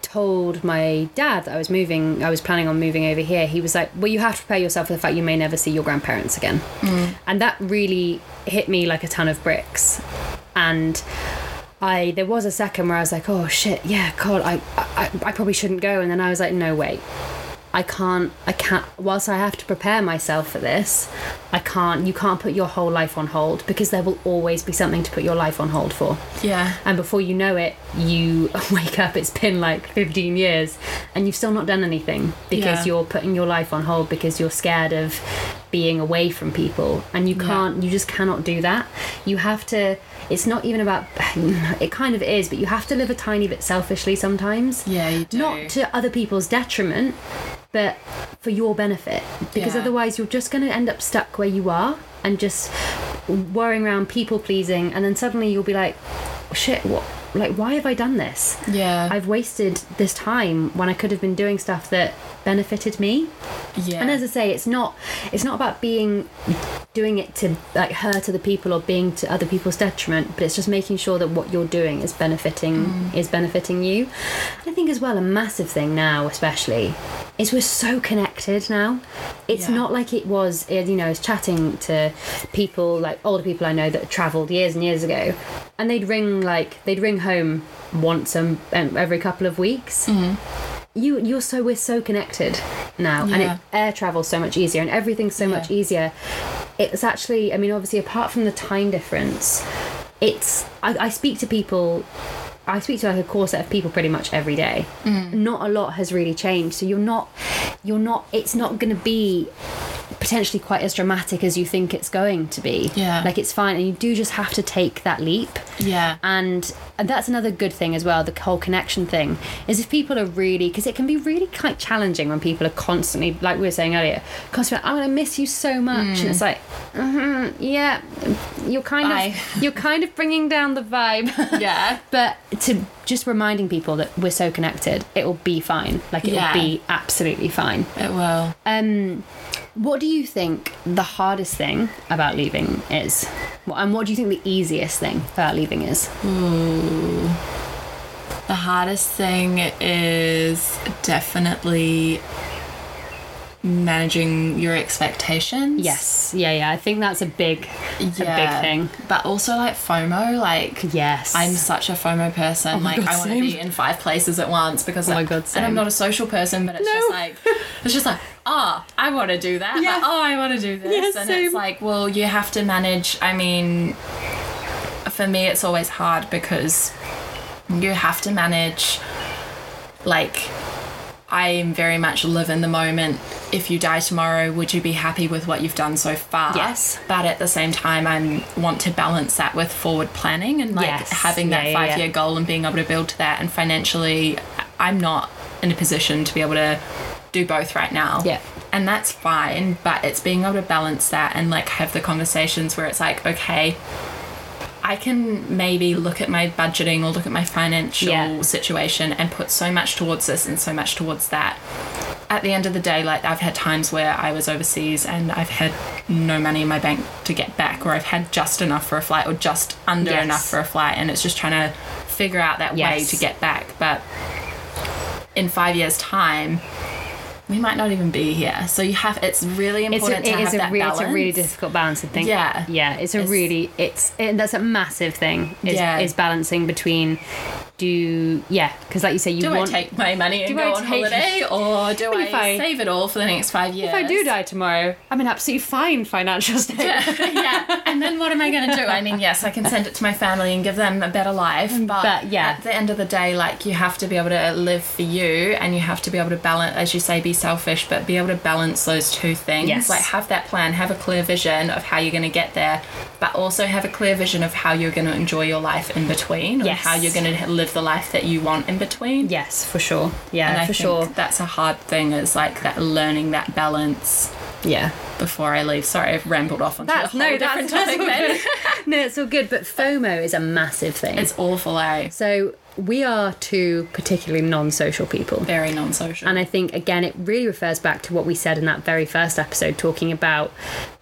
[SPEAKER 3] told my dad that I was moving, I was planning on moving over here, he was like, Well, you have to prepare yourself for the fact you may never see your grandparents again. And that really hit me like a ton of bricks. And I there was a second where I was like, Oh shit, yeah, God, I I, I probably shouldn't go. And then I was like, No, wait. I can't I can't whilst I have to prepare myself for this, I can't you can't put your whole life on hold because there will always be something to put your life on hold for.
[SPEAKER 4] yeah,
[SPEAKER 3] And before you know it, you wake up, it's been like 15 years, and you've still not done anything because
[SPEAKER 4] Yeah.
[SPEAKER 3] you're putting your life on hold because you're scared of being away from people. And you can't, you just cannot do that. You have to, it's not even about, it kind of is, but you have to live a tiny bit selfishly sometimes.
[SPEAKER 4] yeah. You do.
[SPEAKER 3] Not to other people's detriment, but for your benefit. Because
[SPEAKER 4] Yeah.
[SPEAKER 3] otherwise, you're just going to end up stuck where you are and just worrying around people pleasing. And then suddenly you'll be like, shit, what? Like, why have I done this?
[SPEAKER 4] yeah,
[SPEAKER 3] I've wasted this time when I could have been doing stuff that benefited me.
[SPEAKER 4] yeah.
[SPEAKER 3] And as I say, it's not it's not about being doing it to like hurt other people or being to other people's detriment, but it's just making sure that what you're doing is benefiting
[SPEAKER 4] Mm.
[SPEAKER 3] is benefiting you. And I think as well a massive thing now, especially, is we're so connected now. It's
[SPEAKER 4] Yeah.
[SPEAKER 3] not like it was eh, you know, I was chatting to people like older people I know that travelled years and years ago, and they'd ring like they'd ring home once um, um, every couple of weeks you you're so we're so connected now and
[SPEAKER 4] Yeah.
[SPEAKER 3] it, air travel's so much easier and everything's so much
[SPEAKER 4] Yeah.
[SPEAKER 3] easier it's actually i mean obviously apart from the time difference it's i, I speak to people I speak to like a core set of people pretty much every day.
[SPEAKER 4] Mm.
[SPEAKER 3] Not a lot has really changed, so you're not, you're not. It's not going to be potentially quite as dramatic as you think it's going to be.
[SPEAKER 4] Yeah.
[SPEAKER 3] Like it's fine, and you do just have to take that leap.
[SPEAKER 4] Yeah.
[SPEAKER 3] And, and that's another good thing as well. The whole connection thing is if people are really because it can be really quite challenging when people are constantly like we were saying earlier, constantly like, I'm gonna miss you so much,
[SPEAKER 4] Mm.
[SPEAKER 3] and it's like, hmm yeah, you're kind
[SPEAKER 4] Bye.
[SPEAKER 3] of you're kind of bringing down the vibe.
[SPEAKER 4] Yeah.
[SPEAKER 3] But to just reminding people that we're so connected, it will be fine. Like it
[SPEAKER 4] Yeah.
[SPEAKER 3] will be absolutely fine.
[SPEAKER 4] It will.
[SPEAKER 3] Um, what do you think the hardest thing about leaving is? Wh- And what do you think the easiest thing about leaving is?
[SPEAKER 4] The hardest thing is definitely managing your expectations.
[SPEAKER 3] Yes. Yeah, yeah. I think that's a big,
[SPEAKER 4] Yeah.
[SPEAKER 3] a big thing.
[SPEAKER 4] But also like FOMO, like
[SPEAKER 3] Yes. Oh
[SPEAKER 4] I'm such a FOMO person. like
[SPEAKER 3] God,
[SPEAKER 4] I want to
[SPEAKER 3] same.
[SPEAKER 4] be in five places at once because
[SPEAKER 3] Oh my
[SPEAKER 4] like,
[SPEAKER 3] God,
[SPEAKER 4] and
[SPEAKER 3] same.
[SPEAKER 4] I'm not a social person, but it's just like it's just like oh I want to do that.
[SPEAKER 3] Yeah.
[SPEAKER 4] Like, oh I want to do this,
[SPEAKER 3] Yeah,
[SPEAKER 4] and
[SPEAKER 3] same.
[SPEAKER 4] it's like well you have to manage. I mean, for me it's always hard because you have to manage like I'm very much live in the moment. If you die tomorrow, would you be happy with what you've done so far?
[SPEAKER 3] Yes.
[SPEAKER 4] But at the same time, I want to balance that with forward planning and like
[SPEAKER 3] Yes.
[SPEAKER 4] having that
[SPEAKER 3] Yeah, yeah, yeah.
[SPEAKER 4] five year goal and being able to build to that. And financially, I'm not in a position to be able to do both right now.
[SPEAKER 3] Yeah.
[SPEAKER 4] And that's fine, but it's being able to balance that and like have the conversations where it's like, okay, I can maybe look at my budgeting or look at my financial
[SPEAKER 3] Yeah.
[SPEAKER 4] situation and put so much towards this and so much towards that. At the end of the day, like I've had times where I was overseas and I've had no money in my bank to get back, or I've had just enough for a flight or just under
[SPEAKER 3] Yes.
[SPEAKER 4] enough for a flight, and it's just trying to figure out that way
[SPEAKER 3] Yes.
[SPEAKER 4] to get back. But in five years' time, we might not even be here. So you have it's really
[SPEAKER 3] It's
[SPEAKER 4] important
[SPEAKER 3] a, it
[SPEAKER 4] to
[SPEAKER 3] is
[SPEAKER 4] have
[SPEAKER 3] a,
[SPEAKER 4] that
[SPEAKER 3] re-
[SPEAKER 4] balance.
[SPEAKER 3] it's a really difficult balance, I think.
[SPEAKER 4] Yeah.
[SPEAKER 3] Yeah. It's a
[SPEAKER 4] It's-
[SPEAKER 3] really, it's, it, that's a massive thing is,
[SPEAKER 4] Yeah.
[SPEAKER 3] is balancing between do, yeah, because like you say, you
[SPEAKER 4] do I
[SPEAKER 3] want.
[SPEAKER 4] take my money and
[SPEAKER 3] Do I
[SPEAKER 4] go on
[SPEAKER 3] take-
[SPEAKER 4] holiday, or do
[SPEAKER 3] Well,
[SPEAKER 4] I,
[SPEAKER 3] if I-
[SPEAKER 4] save it all for the next five years?
[SPEAKER 3] if I do die tomorrow, I'm in absolutely fine financial state.
[SPEAKER 4] yeah, and then what am I going to do? I mean, yes, I can send it to my family and give them a better life, but,
[SPEAKER 3] Mm, But, yeah.
[SPEAKER 4] at the end of the day, like you have to be able to live for you, and you have to be able to balance, as you say, be selfish, but be able to balance those two things.
[SPEAKER 3] Yes.
[SPEAKER 4] Like have that plan, have a clear vision of how you're going to get there, but also have a clear vision of how you're going to enjoy your life in between, and
[SPEAKER 3] Yes.
[SPEAKER 4] how you're going to live the life that you want in between.
[SPEAKER 3] Yes, for sure. Yeah,
[SPEAKER 4] and I
[SPEAKER 3] for
[SPEAKER 4] think
[SPEAKER 3] sure.
[SPEAKER 4] that's a hard thing. Is like that learning that balance
[SPEAKER 3] Yeah.
[SPEAKER 4] before I leave. Sorry, I've rambled off onto a whole different topic. then.
[SPEAKER 3] good. no, it's all good. But FOMO is a massive thing.
[SPEAKER 4] It's awful, eh?
[SPEAKER 3] so we are two particularly non-social people.
[SPEAKER 4] Very non-social.
[SPEAKER 3] And I think, again, it really refers back to what we said in that very first episode, talking about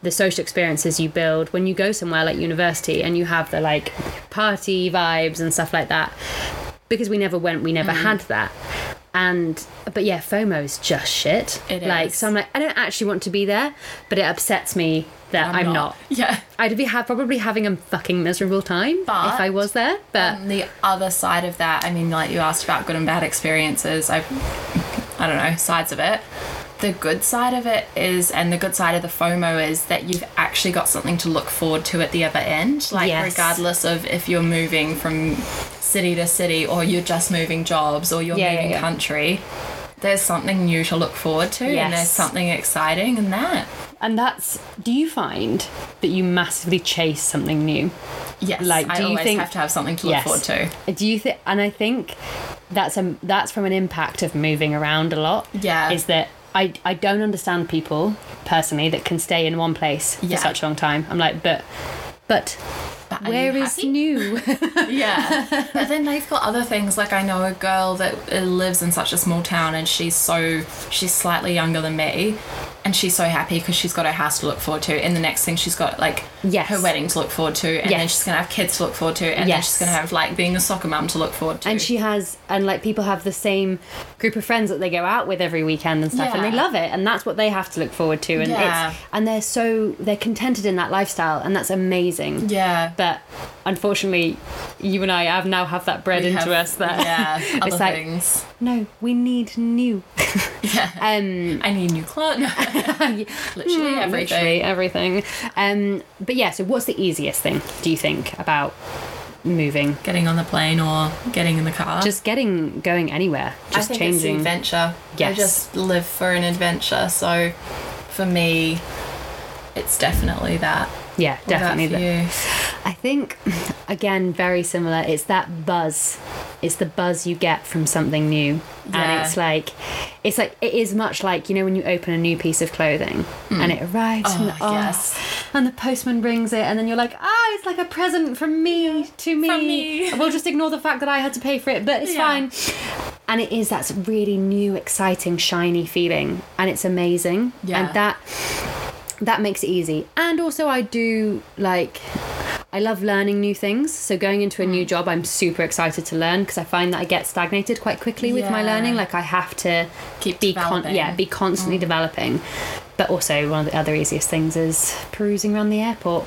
[SPEAKER 3] the social experiences you build when you go somewhere like university and you have the like party vibes and stuff like that. Because we never went, we never
[SPEAKER 4] Mm.
[SPEAKER 3] had that. And, but yeah, FOMO is just shit.
[SPEAKER 4] It
[SPEAKER 3] like,
[SPEAKER 4] is.
[SPEAKER 3] so I'm like, I don't actually want to be there, but it upsets me that I'm, not.
[SPEAKER 4] Yeah.
[SPEAKER 3] I'd be ha- probably having a fucking miserable time
[SPEAKER 4] But- Um,
[SPEAKER 3] if I was there, but
[SPEAKER 4] On the other side of that, I mean, like you asked about good and bad experiences. I, I don't know sides of it. The good side of it is, and the good side of the FOMO is that you've actually got something to look forward to at the other end. Like,
[SPEAKER 3] Yes.
[SPEAKER 4] regardless of if you're moving from city to city, or you're just moving jobs, or you're
[SPEAKER 3] Yeah, yeah,
[SPEAKER 4] moving
[SPEAKER 3] yeah.
[SPEAKER 4] country, there's something new to look forward to,
[SPEAKER 3] Yes.
[SPEAKER 4] and there's something exciting in that.
[SPEAKER 3] and that's. Do you find that you massively chase something new?
[SPEAKER 4] Yes,
[SPEAKER 3] Like,
[SPEAKER 4] I
[SPEAKER 3] do you
[SPEAKER 4] always
[SPEAKER 3] think-
[SPEAKER 4] have to have something to look forward to.
[SPEAKER 3] Do you think? And I think that's a that's from an impact of moving around a lot.
[SPEAKER 4] Yeah.
[SPEAKER 3] is that I I don't understand people personally that can stay in one place
[SPEAKER 4] Yeah.
[SPEAKER 3] for such a long time. I'm like, but but
[SPEAKER 4] But are you
[SPEAKER 3] where is
[SPEAKER 4] happy?
[SPEAKER 3] new?
[SPEAKER 4] Yeah. but then they've got other things. Like I know a girl that uh, lives in such a small town, and she's so she's slightly younger than me, and she's so happy because she's got her house to look forward to, and the next thing she's got like
[SPEAKER 3] Yes.
[SPEAKER 4] her wedding to look forward to, and then
[SPEAKER 3] Yes.
[SPEAKER 4] she's gonna have kids to look forward to, and then
[SPEAKER 3] Yes.
[SPEAKER 4] she's gonna have like being a soccer mum to look forward to.
[SPEAKER 3] and she has and like people have the same group of friends that they go out with every weekend and stuff and they
[SPEAKER 4] Yeah.
[SPEAKER 3] love it and that's what they have to look forward to and
[SPEAKER 4] Yeah.
[SPEAKER 3] it's and they're so they're contented in that lifestyle and that's amazing
[SPEAKER 4] yeah.
[SPEAKER 3] but unfortunately you and i have now have that bred
[SPEAKER 4] We
[SPEAKER 3] into
[SPEAKER 4] have-
[SPEAKER 3] us that
[SPEAKER 4] yeah, other
[SPEAKER 3] it's like
[SPEAKER 4] things.
[SPEAKER 3] no we need new um
[SPEAKER 4] I need new clothes. Literally everything.
[SPEAKER 3] Hmm, literally everything um but yeah so what's the easiest thing do you think about moving
[SPEAKER 4] Getting on the plane or getting in the car.
[SPEAKER 3] just getting going anywhere just
[SPEAKER 4] I think it's
[SPEAKER 3] changing
[SPEAKER 4] the adventure. I
[SPEAKER 3] Yes.
[SPEAKER 4] just live for an adventure. So for me, it's definitely that.
[SPEAKER 3] Yeah,
[SPEAKER 4] What about
[SPEAKER 3] definitely.
[SPEAKER 4] for
[SPEAKER 3] the-
[SPEAKER 4] you?
[SPEAKER 3] I think, again, very similar. It's that buzz. It's the buzz you get from something new, and
[SPEAKER 4] Yeah.
[SPEAKER 3] it's like, it's like it is much like you know when you open a new piece of clothing and it arrives from the
[SPEAKER 4] Mm. Oh, yes.
[SPEAKER 3] and the postman brings it, and then you're like, ah, it's like a present from me to me.
[SPEAKER 4] From me.
[SPEAKER 3] We'll just ignore the fact that I had to pay for it, but it's
[SPEAKER 4] Yeah.
[SPEAKER 3] fine. And it is that's really new, exciting, shiny feeling, and it's amazing.
[SPEAKER 4] Yeah.
[SPEAKER 3] And that that makes it easy. And also, I do like. I love learning new things. So going into a
[SPEAKER 4] Hmm.
[SPEAKER 3] new job, I'm super excited to learn because I find that I get stagnated quite quickly with my
[SPEAKER 4] Yeah.
[SPEAKER 3] learning. Like I have to
[SPEAKER 4] Keep
[SPEAKER 3] be
[SPEAKER 4] developing. Hmm.
[SPEAKER 3] yeah be constantly developing. But also one of the other easiest things is perusing around the airport,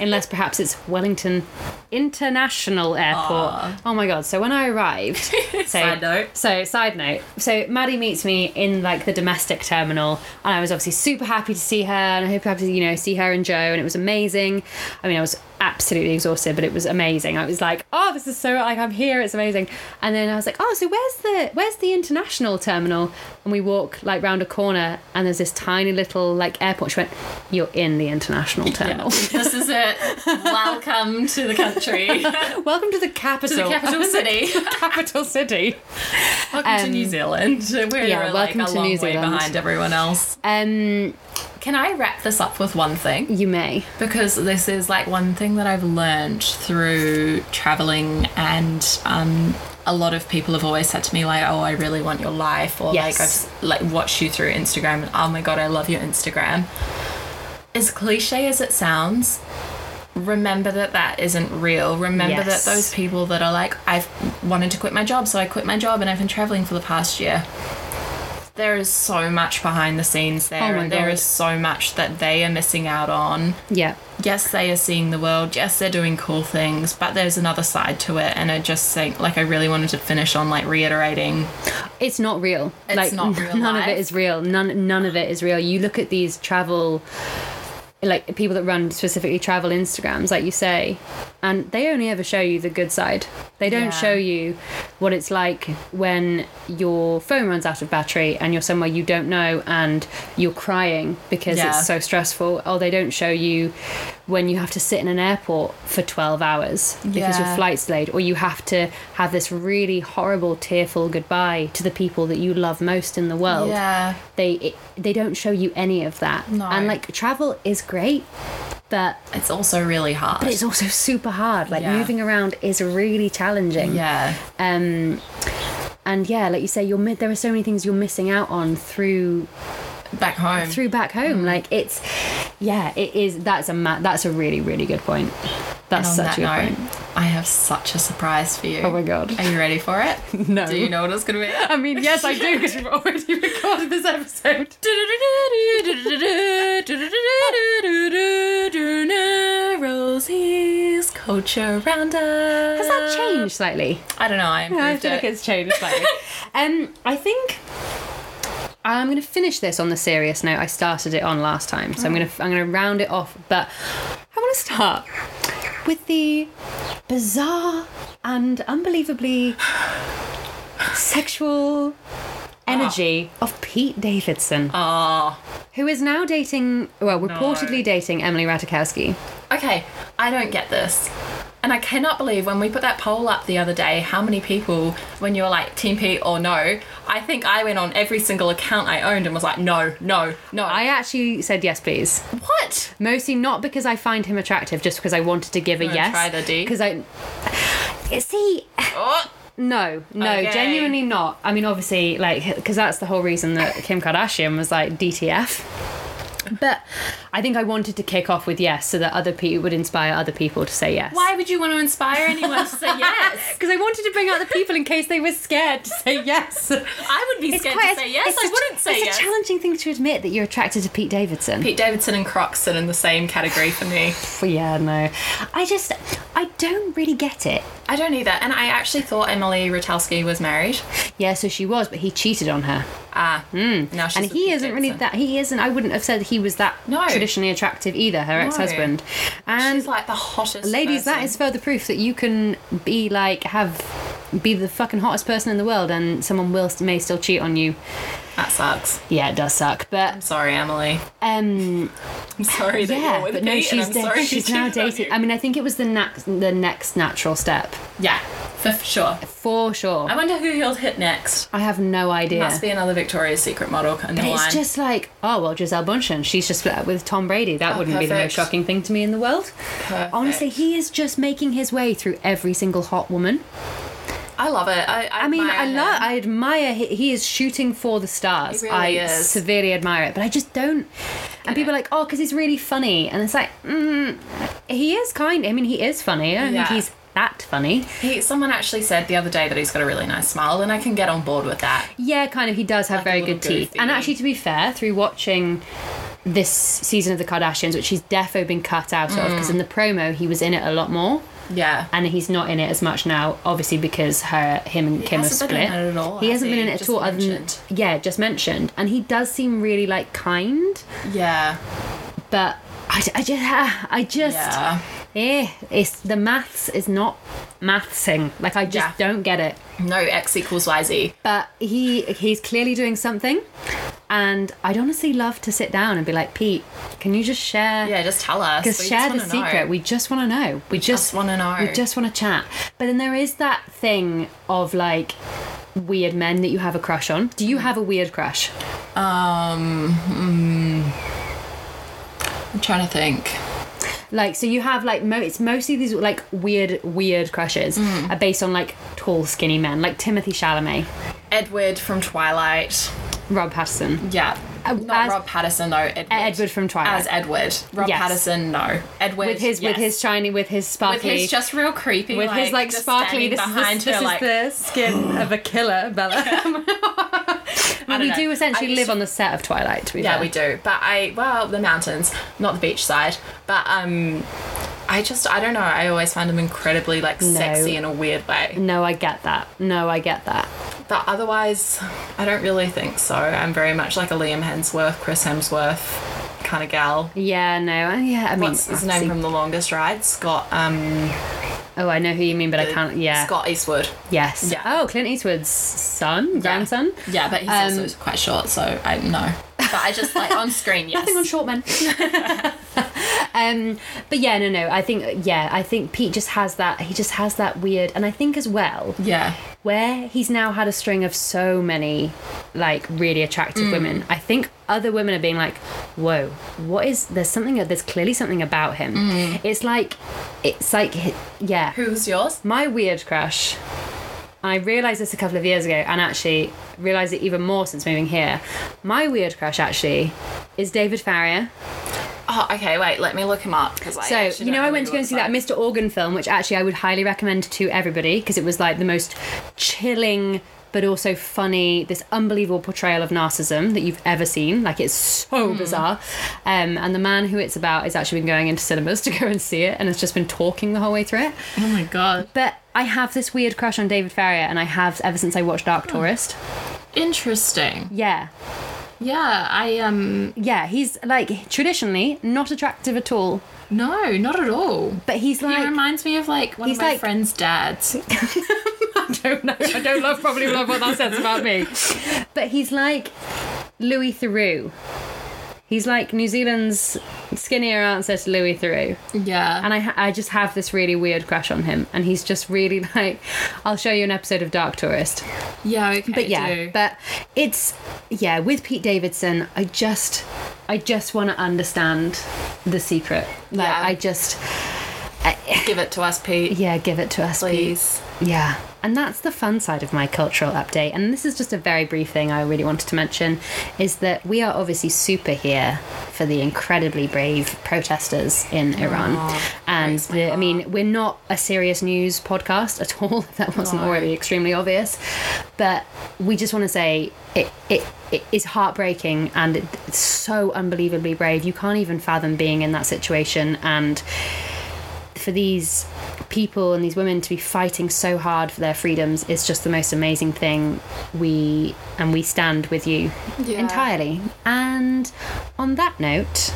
[SPEAKER 3] unless perhaps it's Wellington International Airport. Oh my god! So when I arrived, so,
[SPEAKER 4] Side note.
[SPEAKER 3] so side note. So Maddie meets me in like the domestic terminal, and I was obviously super happy to see her, and I hope happy to you know see her and Joe, and it was amazing. I mean, I was absolutely exhausted, but it was amazing. I was like, oh, this is so like I'm here, it's amazing. And then I was like, oh, so where's the where's the international terminal? And we walk like round a corner, and there's this tiny little like airport. She went, you're in the international terminal.
[SPEAKER 4] This is it. Welcome to the country, to
[SPEAKER 3] Welcome to the capital,
[SPEAKER 4] the capital city.
[SPEAKER 3] capital city.
[SPEAKER 4] Welcome to
[SPEAKER 3] Um,
[SPEAKER 4] New Zealand. We're
[SPEAKER 3] yeah,
[SPEAKER 4] like
[SPEAKER 3] welcome
[SPEAKER 4] a
[SPEAKER 3] to
[SPEAKER 4] long
[SPEAKER 3] New
[SPEAKER 4] way
[SPEAKER 3] Zealand.
[SPEAKER 4] behind everyone else.
[SPEAKER 3] Um,
[SPEAKER 4] Can I wrap this up with one thing?
[SPEAKER 3] you may.
[SPEAKER 4] Because this is like one thing that I've learned through traveling, and um, a lot of people have always said to me like, "Oh, I really want your life," or
[SPEAKER 3] Yes.
[SPEAKER 4] like I've like watched you through Instagram, and oh my god, I love your Instagram. As cliche as it sounds, remember that that isn't real. Remember
[SPEAKER 3] Yes.
[SPEAKER 4] that those people that are like, I've wanted to quit my job, so I quit my job and I've been traveling for the past year. There is so much behind the scenes there,
[SPEAKER 3] Oh my
[SPEAKER 4] and there
[SPEAKER 3] God.
[SPEAKER 4] is so much that they are missing out on.
[SPEAKER 3] Yeah.
[SPEAKER 4] Yes, they are seeing the world. Yes, they're doing cool things, but there's another side to it. And I just think, like, I really wanted to finish on, like, reiterating
[SPEAKER 3] it's not real.
[SPEAKER 4] It's
[SPEAKER 3] like
[SPEAKER 4] not real
[SPEAKER 3] none of
[SPEAKER 4] life.
[SPEAKER 3] it is real. None none of it is real. You look at these travel like people that run specifically travel Instagrams, like you say, and they only ever show you the good side. They don't
[SPEAKER 4] Yeah.
[SPEAKER 3] show you what it's like when your phone runs out of battery and you're somewhere you don't know and you're crying because
[SPEAKER 4] Yeah.
[SPEAKER 3] it's so stressful. Or they don't show you when you have to sit in an airport for 12 hours because your
[SPEAKER 4] Yeah.
[SPEAKER 3] flight's delayed, or you have to have this really horrible, tearful goodbye to the people that you love most in the world
[SPEAKER 4] Yeah.
[SPEAKER 3] they it, they don't show you any of that.
[SPEAKER 4] No.
[SPEAKER 3] And like travel is great, but
[SPEAKER 4] it's also really hard.
[SPEAKER 3] but it's also super hard. Like
[SPEAKER 4] Yeah.
[SPEAKER 3] moving around is really challenging.
[SPEAKER 4] yeah.
[SPEAKER 3] Um and yeah, like you say you're mi- there are so many things you're missing out on through
[SPEAKER 4] Back home.
[SPEAKER 3] through back
[SPEAKER 4] Mm.
[SPEAKER 3] home. Like it's yeah, it is that's a ma- that's a really really good point.
[SPEAKER 4] And
[SPEAKER 3] That's
[SPEAKER 4] on
[SPEAKER 3] such
[SPEAKER 4] that
[SPEAKER 3] a good
[SPEAKER 4] note,
[SPEAKER 3] point.
[SPEAKER 4] I have such a surprise for you.
[SPEAKER 3] Oh my God.
[SPEAKER 4] Are you ready for it?
[SPEAKER 3] No.
[SPEAKER 4] Do you know what it's going to be?
[SPEAKER 3] I mean, yes, I do because we've already recorded this episode.
[SPEAKER 4] Rosie's culture roundup.
[SPEAKER 3] Has that changed slightly?
[SPEAKER 4] I don't know. I improved
[SPEAKER 3] I feel
[SPEAKER 4] it.
[SPEAKER 3] like it's changed slightly. um, I think I'm going to finish this on the serious note. I started it on last time, so I'm going to I'm going to round it off. But I want to start with the bizarre and unbelievably sexual energy of Pete Davidson,
[SPEAKER 4] Ah.
[SPEAKER 3] who is now dating, well, reportedly dating Emily Ratajkowski.
[SPEAKER 4] Okay, I don't get this. And I cannot believe when we put that poll up the other day, how many people, when you were like Team Pete or no, I think I went on every single account I owned and was like, no, no, no.
[SPEAKER 3] I actually said yes, please.
[SPEAKER 4] what?
[SPEAKER 3] Mostly not because I find him attractive, just because I wanted to give a
[SPEAKER 4] Wanna
[SPEAKER 3] yes.
[SPEAKER 4] try the D?
[SPEAKER 3] Because I see.
[SPEAKER 4] Oh.
[SPEAKER 3] No, no,
[SPEAKER 4] Okay.
[SPEAKER 3] genuinely not. I mean, obviously, like, because that's the whole reason that Kim Kardashian was like DTF. But I think I wanted to kick off with yes, so that other people would inspire other people to say yes.
[SPEAKER 4] Why would you want to inspire anyone to say yes?
[SPEAKER 3] Because I wanted to bring out the people in case they were scared to say yes.
[SPEAKER 4] I would be scared to say yes. I
[SPEAKER 3] a-
[SPEAKER 4] wouldn't say
[SPEAKER 3] it's
[SPEAKER 4] yes.
[SPEAKER 3] a challenging thing to admit that you're attracted to Pete Davidson.
[SPEAKER 4] Pete Davidson and Crocs sit in the same category for me.
[SPEAKER 3] Yeah, no, I just I don't really get it.
[SPEAKER 4] I don't either. And I actually thought Emily Ratajkowski was married.
[SPEAKER 3] Yeah, so she was, but he cheated on her.
[SPEAKER 4] Ah, now she's
[SPEAKER 3] Hmm. and
[SPEAKER 4] with
[SPEAKER 3] he
[SPEAKER 4] Pete
[SPEAKER 3] isn't really
[SPEAKER 4] Davidson.
[SPEAKER 3] that he isn't i wouldn't have said he was that
[SPEAKER 4] No.
[SPEAKER 3] traditionally attractive either her ex-husband and
[SPEAKER 4] She's like the hottest.
[SPEAKER 3] ladies that
[SPEAKER 4] person.
[SPEAKER 3] is further proof that you can be like have be the fucking hottest person in the world, and someone will may still cheat on you.
[SPEAKER 4] That sucks.
[SPEAKER 3] Yeah, it does suck, but
[SPEAKER 4] Sorry, Emily.
[SPEAKER 3] um,
[SPEAKER 4] I'm sorry that
[SPEAKER 3] yeah,
[SPEAKER 4] you're with
[SPEAKER 3] but
[SPEAKER 4] me,
[SPEAKER 3] no,
[SPEAKER 4] and
[SPEAKER 3] she's
[SPEAKER 4] I'm
[SPEAKER 3] da-
[SPEAKER 4] sorry
[SPEAKER 3] she's
[SPEAKER 4] you
[SPEAKER 3] now
[SPEAKER 4] cheated on
[SPEAKER 3] dating.
[SPEAKER 4] you.
[SPEAKER 3] I mean, I think it was the next the next natural step
[SPEAKER 4] Yeah, for f- sure.
[SPEAKER 3] for sure.
[SPEAKER 4] I wonder who he'll hit next.
[SPEAKER 3] I have no idea.
[SPEAKER 4] Must be another Victoria's Secret model in the
[SPEAKER 3] But
[SPEAKER 4] line.
[SPEAKER 3] it's just like, oh well, Giselle Bundchen, she's just split up with Tom Brady. That wouldn't be the most
[SPEAKER 4] Oh, perfect.
[SPEAKER 3] shocking thing to me in the world. Honestly, he is just making his way through every single hot woman.
[SPEAKER 4] I love it. I, I,
[SPEAKER 3] I mean,
[SPEAKER 4] admire
[SPEAKER 3] I love,
[SPEAKER 4] him.
[SPEAKER 3] I admire. He, he is shooting for the stars.
[SPEAKER 4] He really
[SPEAKER 3] I
[SPEAKER 4] is.
[SPEAKER 3] severely admire it, but I just don't. and people
[SPEAKER 4] it.
[SPEAKER 3] are like, oh, because he's really funny, and it's like, mm, he is kind. I mean, he is funny. I don't
[SPEAKER 4] Yeah.
[SPEAKER 3] think he's that funny.
[SPEAKER 4] He, someone actually said the other day that he's got a really nice smile, and I can get on board with that.
[SPEAKER 3] Yeah, kind of. He does have
[SPEAKER 4] Like a
[SPEAKER 3] very
[SPEAKER 4] little
[SPEAKER 3] good teeth.
[SPEAKER 4] goofy.
[SPEAKER 3] And actually, to be fair, through watching this season of The Kardashians, which he's defo been cut out of,
[SPEAKER 4] Mm.
[SPEAKER 3] because in the promo he was in it a lot more,
[SPEAKER 4] Yeah.
[SPEAKER 3] and he's not in it as much now, obviously because her, him, and Kim have
[SPEAKER 4] hasn't
[SPEAKER 3] split.
[SPEAKER 4] been in it at all,
[SPEAKER 3] he
[SPEAKER 4] has
[SPEAKER 3] hasn't been
[SPEAKER 4] he?
[SPEAKER 3] in it at
[SPEAKER 4] Just
[SPEAKER 3] all. Other than,
[SPEAKER 4] mentioned.
[SPEAKER 3] yeah, just mentioned, and he does seem really like kind,
[SPEAKER 4] yeah.
[SPEAKER 3] but I, d- I just, I just,
[SPEAKER 4] Yeah.
[SPEAKER 3] eh, it's the maths is not mathsing. Like I just
[SPEAKER 4] Yeah.
[SPEAKER 3] don't get it.
[SPEAKER 4] No X equals YZ.
[SPEAKER 3] but he he's clearly doing something and i'd honestly love to sit down and be like pete can you just share
[SPEAKER 4] Yeah, just tell us.
[SPEAKER 3] because
[SPEAKER 4] We
[SPEAKER 3] share the
[SPEAKER 4] just wanna know.
[SPEAKER 3] secret we just want to know we just,
[SPEAKER 4] just wanna know.
[SPEAKER 3] we just want to chat but then there is that thing of like weird men that you have a crush on do
[SPEAKER 4] Mm.
[SPEAKER 3] you have a weird crush
[SPEAKER 4] Um, mm, I'm trying to think.
[SPEAKER 3] like so you have like mo- it's mostly these like weird weird crushes
[SPEAKER 4] Mm.
[SPEAKER 3] are based on like tall skinny men like timothy chalamet
[SPEAKER 4] Edward from Twilight.
[SPEAKER 3] rob patterson
[SPEAKER 4] Yeah.
[SPEAKER 3] Uh,
[SPEAKER 4] Not
[SPEAKER 3] as-
[SPEAKER 4] Rob Patterson though. Edward.
[SPEAKER 3] edward from twilight
[SPEAKER 4] As Edward. Rob
[SPEAKER 3] Yes.
[SPEAKER 4] Patterson. No. Edward.
[SPEAKER 3] with his with
[SPEAKER 4] yes.
[SPEAKER 3] his shiny with his
[SPEAKER 4] with
[SPEAKER 3] sparkly
[SPEAKER 4] his just real creepy
[SPEAKER 3] with his like
[SPEAKER 4] just
[SPEAKER 3] sparkly
[SPEAKER 4] standing
[SPEAKER 3] this is,
[SPEAKER 4] behind
[SPEAKER 3] this,
[SPEAKER 4] her
[SPEAKER 3] this
[SPEAKER 4] like
[SPEAKER 3] is the skin of a killer bella I mean,
[SPEAKER 4] don't
[SPEAKER 3] we
[SPEAKER 4] know.
[SPEAKER 3] do
[SPEAKER 4] I
[SPEAKER 3] essentially
[SPEAKER 4] used
[SPEAKER 3] live
[SPEAKER 4] to-
[SPEAKER 3] on the set of twilight to be
[SPEAKER 4] yeah
[SPEAKER 3] fair.
[SPEAKER 4] we do but i well the mountains not the beach side but um i just i don't know i always found him incredibly like sexy in a weird way
[SPEAKER 3] no i get that no i get that
[SPEAKER 4] but otherwise i don't really think so i'm very much like a liam hemsworth chris hemsworth kind of gal
[SPEAKER 3] yeah no uh, yeah i mean
[SPEAKER 4] What's his name from The Longest Ride? Scott. Um,
[SPEAKER 3] oh i know who you mean but i can't yeah
[SPEAKER 4] Scott Eastwood.
[SPEAKER 3] yes
[SPEAKER 4] Yeah.
[SPEAKER 3] oh clint eastwood's son grandson
[SPEAKER 4] Yeah, but he's
[SPEAKER 3] Um,
[SPEAKER 4] also quite short, so I know. But I just like on screen. Yes.
[SPEAKER 3] Nothing on short men. um, but yeah, no, no. I think yeah, I think Pete just has that. He just has that weird, and I think as well,
[SPEAKER 4] yeah.
[SPEAKER 3] where he's now had a string of so many like really attractive women i think other women are being like whoa what is there's something there's clearly something about him it's like it's like hi- yeah
[SPEAKER 4] Who's yours?
[SPEAKER 3] my weird crush i realized this a couple of years ago and actually realized it even more since moving here my weird crush actually is david farrier
[SPEAKER 4] Oh, okay. Wait, let me look him up. 'cause I
[SPEAKER 3] so
[SPEAKER 4] actually
[SPEAKER 3] you know
[SPEAKER 4] don't
[SPEAKER 3] i went to
[SPEAKER 4] who
[SPEAKER 3] go
[SPEAKER 4] he
[SPEAKER 3] and see
[SPEAKER 4] looks
[SPEAKER 3] that mr
[SPEAKER 4] like.
[SPEAKER 3] organ film which actually i would highly recommend to everybody because it was like the most chilling but also funny this unbelievable portrayal of narcissism that you've ever seen like it's
[SPEAKER 4] Hmm.
[SPEAKER 3] so bizarre um, and the man who it's about has actually been going into cinemas to go and see it and has just been talking the whole way through it
[SPEAKER 4] Oh my god.
[SPEAKER 3] but i have this weird crush on david farrier and i have ever since i watched dark
[SPEAKER 4] Hmm.
[SPEAKER 3] tourist
[SPEAKER 4] Interesting.
[SPEAKER 3] yeah
[SPEAKER 4] Yeah, I um
[SPEAKER 3] yeah he's like traditionally not attractive at all
[SPEAKER 4] no, not at all.
[SPEAKER 3] but he's
[SPEAKER 4] He
[SPEAKER 3] like
[SPEAKER 4] reminds me of like one
[SPEAKER 3] He's
[SPEAKER 4] of my
[SPEAKER 3] like-
[SPEAKER 4] friend's dads.
[SPEAKER 3] don't know. I don't love probably love what that says about me. But he's like Louis Theroux. He's like New Zealand's skinnier answer to Louis Theroux.
[SPEAKER 4] Yeah.
[SPEAKER 3] And I, ha- I just have this really weird crush on him. And he's just really like, I'll show you an episode of Dark Tourist.
[SPEAKER 4] yeah, okay.
[SPEAKER 3] But yeah,
[SPEAKER 4] do.
[SPEAKER 3] but it's, yeah, with Pete Davidson, I just, I just want to understand the secret. Like,
[SPEAKER 4] Yeah.
[SPEAKER 3] I just,
[SPEAKER 4] give it to us, Pete.
[SPEAKER 3] yeah, give it to us, Pete.
[SPEAKER 4] Please.
[SPEAKER 3] Yeah, and that's the fun side of my cultural update. And this is just a very brief thing I really wanted to mention is that we are obviously super here for the incredibly brave protesters in Iran. and the, I mean, we're not a serious news podcast at all, if that wasn't already extremely obvious. But we just want to say it, it, it is heartbreaking and it, it's so unbelievably brave. You can't even fathom being in that situation and for these people and these women to be fighting so hard for their freedoms is just the most amazing thing we and we stand with you entirely and on that note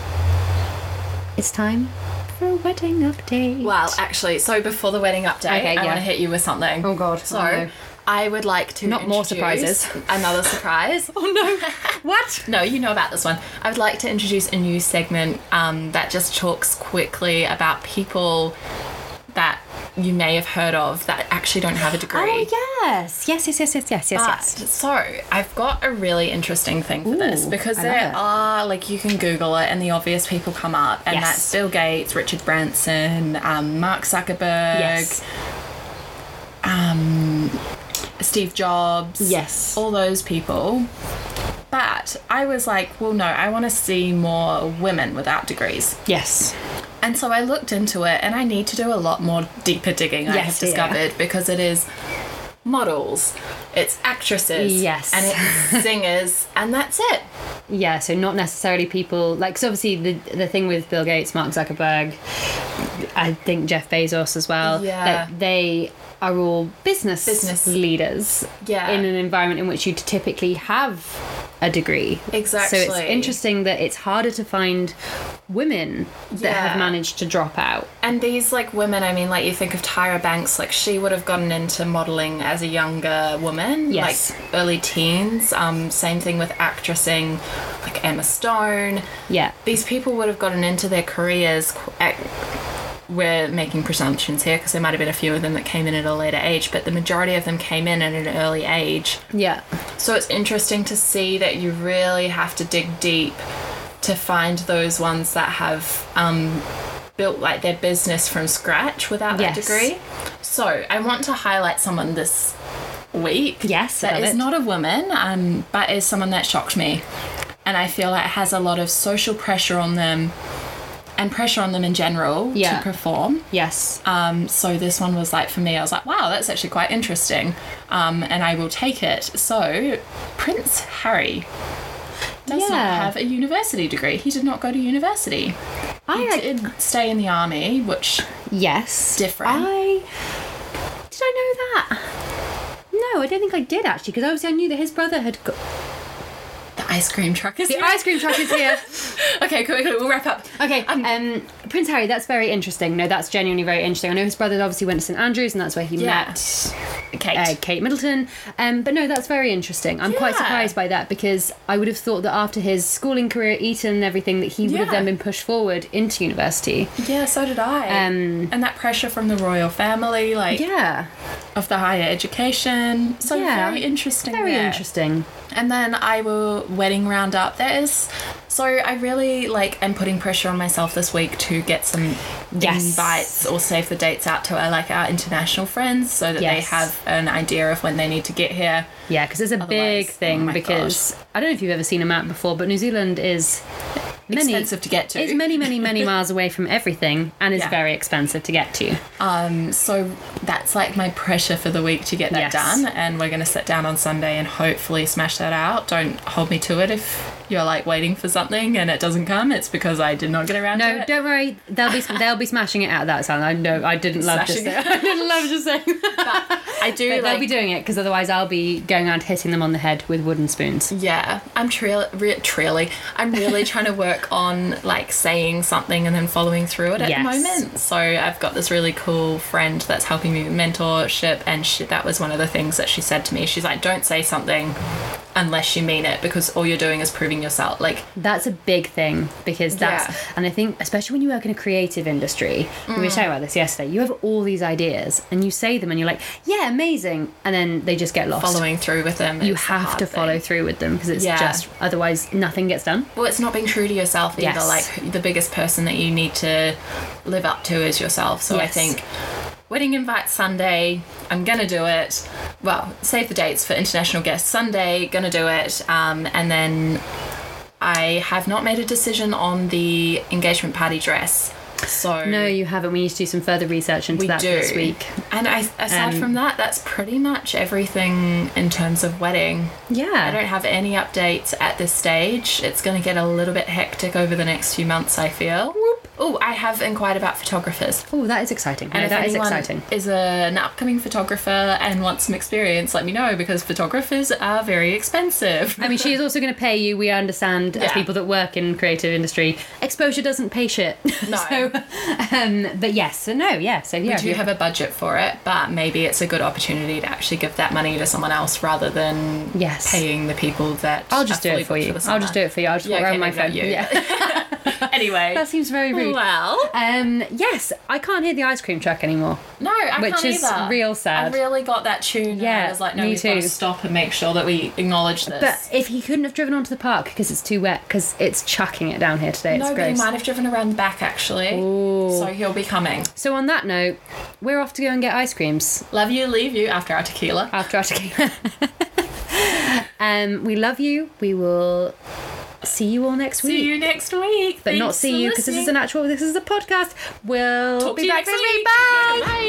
[SPEAKER 3] it's time for a wedding update.
[SPEAKER 4] Well, actually, so before the wedding update,
[SPEAKER 3] Okay,
[SPEAKER 4] I
[SPEAKER 3] yeah.
[SPEAKER 4] want to hit you with something.
[SPEAKER 3] Oh, God.
[SPEAKER 4] So
[SPEAKER 3] Oh, no.
[SPEAKER 4] I would like to
[SPEAKER 3] Not more
[SPEAKER 4] introduce
[SPEAKER 3] surprises. Oh,
[SPEAKER 4] Another surprise.
[SPEAKER 3] What?
[SPEAKER 4] No, you know about this one. I would like to introduce a new segment um, that just talks quickly about people that you may have heard of that actually don't have a degree.
[SPEAKER 3] Oh yes, yes, yes, yes, yes, yes, yes,
[SPEAKER 4] But,
[SPEAKER 3] yes.
[SPEAKER 4] So I've got a really interesting thing for this
[SPEAKER 3] Ooh,
[SPEAKER 4] because
[SPEAKER 3] I love
[SPEAKER 4] there
[SPEAKER 3] it.
[SPEAKER 4] are like you can Google it and the obvious people come up and
[SPEAKER 3] Yes.
[SPEAKER 4] that's Bill Gates, Richard Branson, um, Mark Zuckerberg, um,
[SPEAKER 3] Yes.
[SPEAKER 4] Steve Jobs,
[SPEAKER 3] Yes.
[SPEAKER 4] all those people. But I was like, well, no, I want to see more women without degrees.
[SPEAKER 3] Yes.
[SPEAKER 4] And so I looked into it, and I need to do a lot more deeper digging, I have
[SPEAKER 3] Yes, dear.
[SPEAKER 4] discovered, because it is models, it's actresses,
[SPEAKER 3] Yes.
[SPEAKER 4] and it's singers, and that's it.
[SPEAKER 3] Yeah. So not necessarily people like. Cause obviously the the thing with Bill Gates, Mark Zuckerberg, I think Jeff Bezos as well.
[SPEAKER 4] Yeah.
[SPEAKER 3] Like they are all business
[SPEAKER 4] Business.
[SPEAKER 3] leaders.
[SPEAKER 4] Yeah.
[SPEAKER 3] In an environment in which you typically have a degree.
[SPEAKER 4] Exactly.
[SPEAKER 3] So it's interesting that it's harder to find women that
[SPEAKER 4] Yeah.
[SPEAKER 3] have managed to drop out.
[SPEAKER 4] And these like women, I mean, like you think of Tyra Banks, like she would have gotten into modeling as a younger woman,
[SPEAKER 3] Yes.
[SPEAKER 4] like early teens. Um, same thing with actressing, like Emma Stone.
[SPEAKER 3] Yeah.
[SPEAKER 4] These people would have gotten into their careers. qu- At, we're making presumptions here because there might have been a few of them that came in at a later age, but the majority of them came in at an early age.
[SPEAKER 3] Yeah.
[SPEAKER 4] So it's interesting to see that you really have to dig deep to find those ones that have um, built like their business from scratch without that
[SPEAKER 3] Yes.
[SPEAKER 4] degree. So I want to highlight someone this week.
[SPEAKER 3] Yes,
[SPEAKER 4] that
[SPEAKER 3] love
[SPEAKER 4] is
[SPEAKER 3] it.
[SPEAKER 4] not a woman, um, but is someone that shocked me, and I feel like has a lot of social pressure on them. And pressure on them in general
[SPEAKER 3] Yeah.
[SPEAKER 4] to perform.
[SPEAKER 3] Yes.
[SPEAKER 4] Um, so this one was like for me, I was like, wow, that's actually quite interesting, um, and I will take it. So Prince Harry does
[SPEAKER 3] Yeah.
[SPEAKER 4] not have a university degree. He did not go to university.
[SPEAKER 3] I
[SPEAKER 4] He did stay in the army, which
[SPEAKER 3] Yes.
[SPEAKER 4] Different.
[SPEAKER 3] I did I know that? No, I don't think I did actually, because obviously I knew that his brother had got
[SPEAKER 4] the ice cream truck is.
[SPEAKER 3] the ice cream truck is here.
[SPEAKER 4] okay, cool, cool. We'll wrap up.
[SPEAKER 3] Okay, um, Prince Harry, that's very interesting. No, that's genuinely very interesting. I know his brother obviously went to St Andrews, and that's where he
[SPEAKER 4] Yeah.
[SPEAKER 3] met
[SPEAKER 4] Kate.
[SPEAKER 3] uh, Kate Middleton. Um, but no, that's very interesting. I'm quite
[SPEAKER 4] Yeah.
[SPEAKER 3] surprised by that because I would have thought that after his schooling career, at Eton, and everything, that he would have
[SPEAKER 4] Yeah.
[SPEAKER 3] then been pushed forward into university.
[SPEAKER 4] Yeah, so did I.
[SPEAKER 3] Um,
[SPEAKER 4] and that pressure from the royal family, like
[SPEAKER 3] Yeah,
[SPEAKER 4] of the higher education. So
[SPEAKER 3] Yeah.
[SPEAKER 4] very interesting.
[SPEAKER 3] very
[SPEAKER 4] there.
[SPEAKER 3] interesting.
[SPEAKER 4] and then I will wedding roundup. There is so I really like am putting pressure on myself this week to get some
[SPEAKER 3] Yes.
[SPEAKER 4] invites or save the dates out to our like our international friends so that they
[SPEAKER 3] Yes.
[SPEAKER 4] have an idea of when they need to get here.
[SPEAKER 3] Yeah, because it's a
[SPEAKER 4] Otherwise-
[SPEAKER 3] big
[SPEAKER 4] oh
[SPEAKER 3] thing
[SPEAKER 4] my
[SPEAKER 3] because I don't know if you've ever seen a map before, but New Zealand is many
[SPEAKER 4] Expensive to get to.
[SPEAKER 3] It's many, many, many miles away from everything and is
[SPEAKER 4] Yeah.
[SPEAKER 3] very expensive to get to.
[SPEAKER 4] Um, so that's like my pressure for the week to get
[SPEAKER 3] Yes.
[SPEAKER 4] that done, and we're gonna sit down on Sunday and hopefully smash that out. Don't hold me to it if you're like waiting for something and it doesn't come. It's because I did not get around to it.
[SPEAKER 3] No, don't worry. They'll be they'll be smashing it out that sound. I know I didn't love just
[SPEAKER 4] Smashing
[SPEAKER 3] saying, I didn't love just saying. that.
[SPEAKER 4] I do.
[SPEAKER 3] But they'll
[SPEAKER 4] like,
[SPEAKER 3] be doing it because otherwise I'll be going around hitting them on the head with wooden spoons.
[SPEAKER 4] Yeah, I'm trail re- trailing. I'm really trying to work on like saying something and then following through it at
[SPEAKER 3] Yes.
[SPEAKER 4] the moment. So I've got this really cool friend that's helping me with mentorship, and she, that was one of the things that she said to me. She's like, "Don't say something unless you mean it, because all you're doing is proving yourself." Like,
[SPEAKER 3] That's a big thing because that's,
[SPEAKER 4] Yeah. Mm.
[SPEAKER 3] and I think, especially when you work in a creative industry, we were chatting about this yesterday, you have all these ideas and you say them and you're like, yeah, amazing. And then they just get lost.
[SPEAKER 4] following through with them.
[SPEAKER 3] you
[SPEAKER 4] is the
[SPEAKER 3] have
[SPEAKER 4] hard
[SPEAKER 3] to follow
[SPEAKER 4] thing.
[SPEAKER 3] through with them because it's
[SPEAKER 4] Yeah.
[SPEAKER 3] just, otherwise, nothing gets done.
[SPEAKER 4] Well, it's not being true to yourself either.
[SPEAKER 3] Yes.
[SPEAKER 4] Like the biggest person that you need to live up to is yourself. So I
[SPEAKER 3] Yes.
[SPEAKER 4] think wedding invite Sunday. I'm gonna do it. Well, save the dates for international guests Sunday. Gonna do it. Um, and then I have not made a decision on the engagement party dress. So
[SPEAKER 3] No, you haven't. We need to do some further research into
[SPEAKER 4] we
[SPEAKER 3] that
[SPEAKER 4] do
[SPEAKER 3] this week.
[SPEAKER 4] And I, aside
[SPEAKER 3] Um,
[SPEAKER 4] from that, that's pretty much everything in terms of wedding. I don't
[SPEAKER 3] Yeah.
[SPEAKER 4] have any updates at this stage. It's going to get a little bit hectic over the next few months, I feel.
[SPEAKER 3] Whoop.
[SPEAKER 4] Oh, I have inquired about photographers.
[SPEAKER 3] Oh, that is exciting.
[SPEAKER 4] And
[SPEAKER 3] No,
[SPEAKER 4] if
[SPEAKER 3] that is
[SPEAKER 4] anyone
[SPEAKER 3] exciting.
[SPEAKER 4] is an upcoming photographer and wants some experience, let me know because photographers are very expensive.
[SPEAKER 3] I mean, she is also going to pay you. We understand as
[SPEAKER 4] Yeah.
[SPEAKER 3] people that work in creative industry, exposure doesn't pay shit.
[SPEAKER 4] No.
[SPEAKER 3] so, um, but yes, so no, yeah. So yeah,
[SPEAKER 4] We do
[SPEAKER 3] you-
[SPEAKER 4] have a budget for it, but maybe it's a good opportunity to actually give that money to someone else rather than
[SPEAKER 3] Yes.
[SPEAKER 4] paying the people that
[SPEAKER 3] I'll just
[SPEAKER 4] are
[SPEAKER 3] do it
[SPEAKER 4] fully
[SPEAKER 3] for
[SPEAKER 4] booked
[SPEAKER 3] you.
[SPEAKER 4] the
[SPEAKER 3] I'll just do
[SPEAKER 4] summer.
[SPEAKER 3] it for you. I'll just
[SPEAKER 4] Yeah,
[SPEAKER 3] walk around
[SPEAKER 4] okay,
[SPEAKER 3] my
[SPEAKER 4] no, not
[SPEAKER 3] phone.
[SPEAKER 4] you.
[SPEAKER 3] Yeah,
[SPEAKER 4] Anyway,
[SPEAKER 3] that seems very rude.
[SPEAKER 4] well, uh,
[SPEAKER 3] Um, yes, I can't hear the ice cream truck anymore.
[SPEAKER 4] no, I
[SPEAKER 3] Which
[SPEAKER 4] can't
[SPEAKER 3] is
[SPEAKER 4] either.
[SPEAKER 3] real sad.
[SPEAKER 4] I really got that tune.
[SPEAKER 3] Yeah,
[SPEAKER 4] Yeah, I was like, no,
[SPEAKER 3] me
[SPEAKER 4] we've got
[SPEAKER 3] too.
[SPEAKER 4] to stop and make sure that we acknowledge this.
[SPEAKER 3] But if he couldn't have driven onto the park because it's too wet, because it's chucking it down here today, it's
[SPEAKER 4] no, but he
[SPEAKER 3] gross.
[SPEAKER 4] might have driven around the back actually, so he'll be coming.
[SPEAKER 3] So on that note, we're off to go and get ice creams.
[SPEAKER 4] Love you, leave you after our tequila.
[SPEAKER 3] after our tequila. um, we love you. We will see you all next week.
[SPEAKER 4] See you next week.
[SPEAKER 3] But not see you because this is an actual. This is a podcast. We'll
[SPEAKER 4] Talk
[SPEAKER 3] be
[SPEAKER 4] to you
[SPEAKER 3] back
[SPEAKER 4] next
[SPEAKER 3] next week.
[SPEAKER 4] week.
[SPEAKER 3] Bye.
[SPEAKER 4] Bye.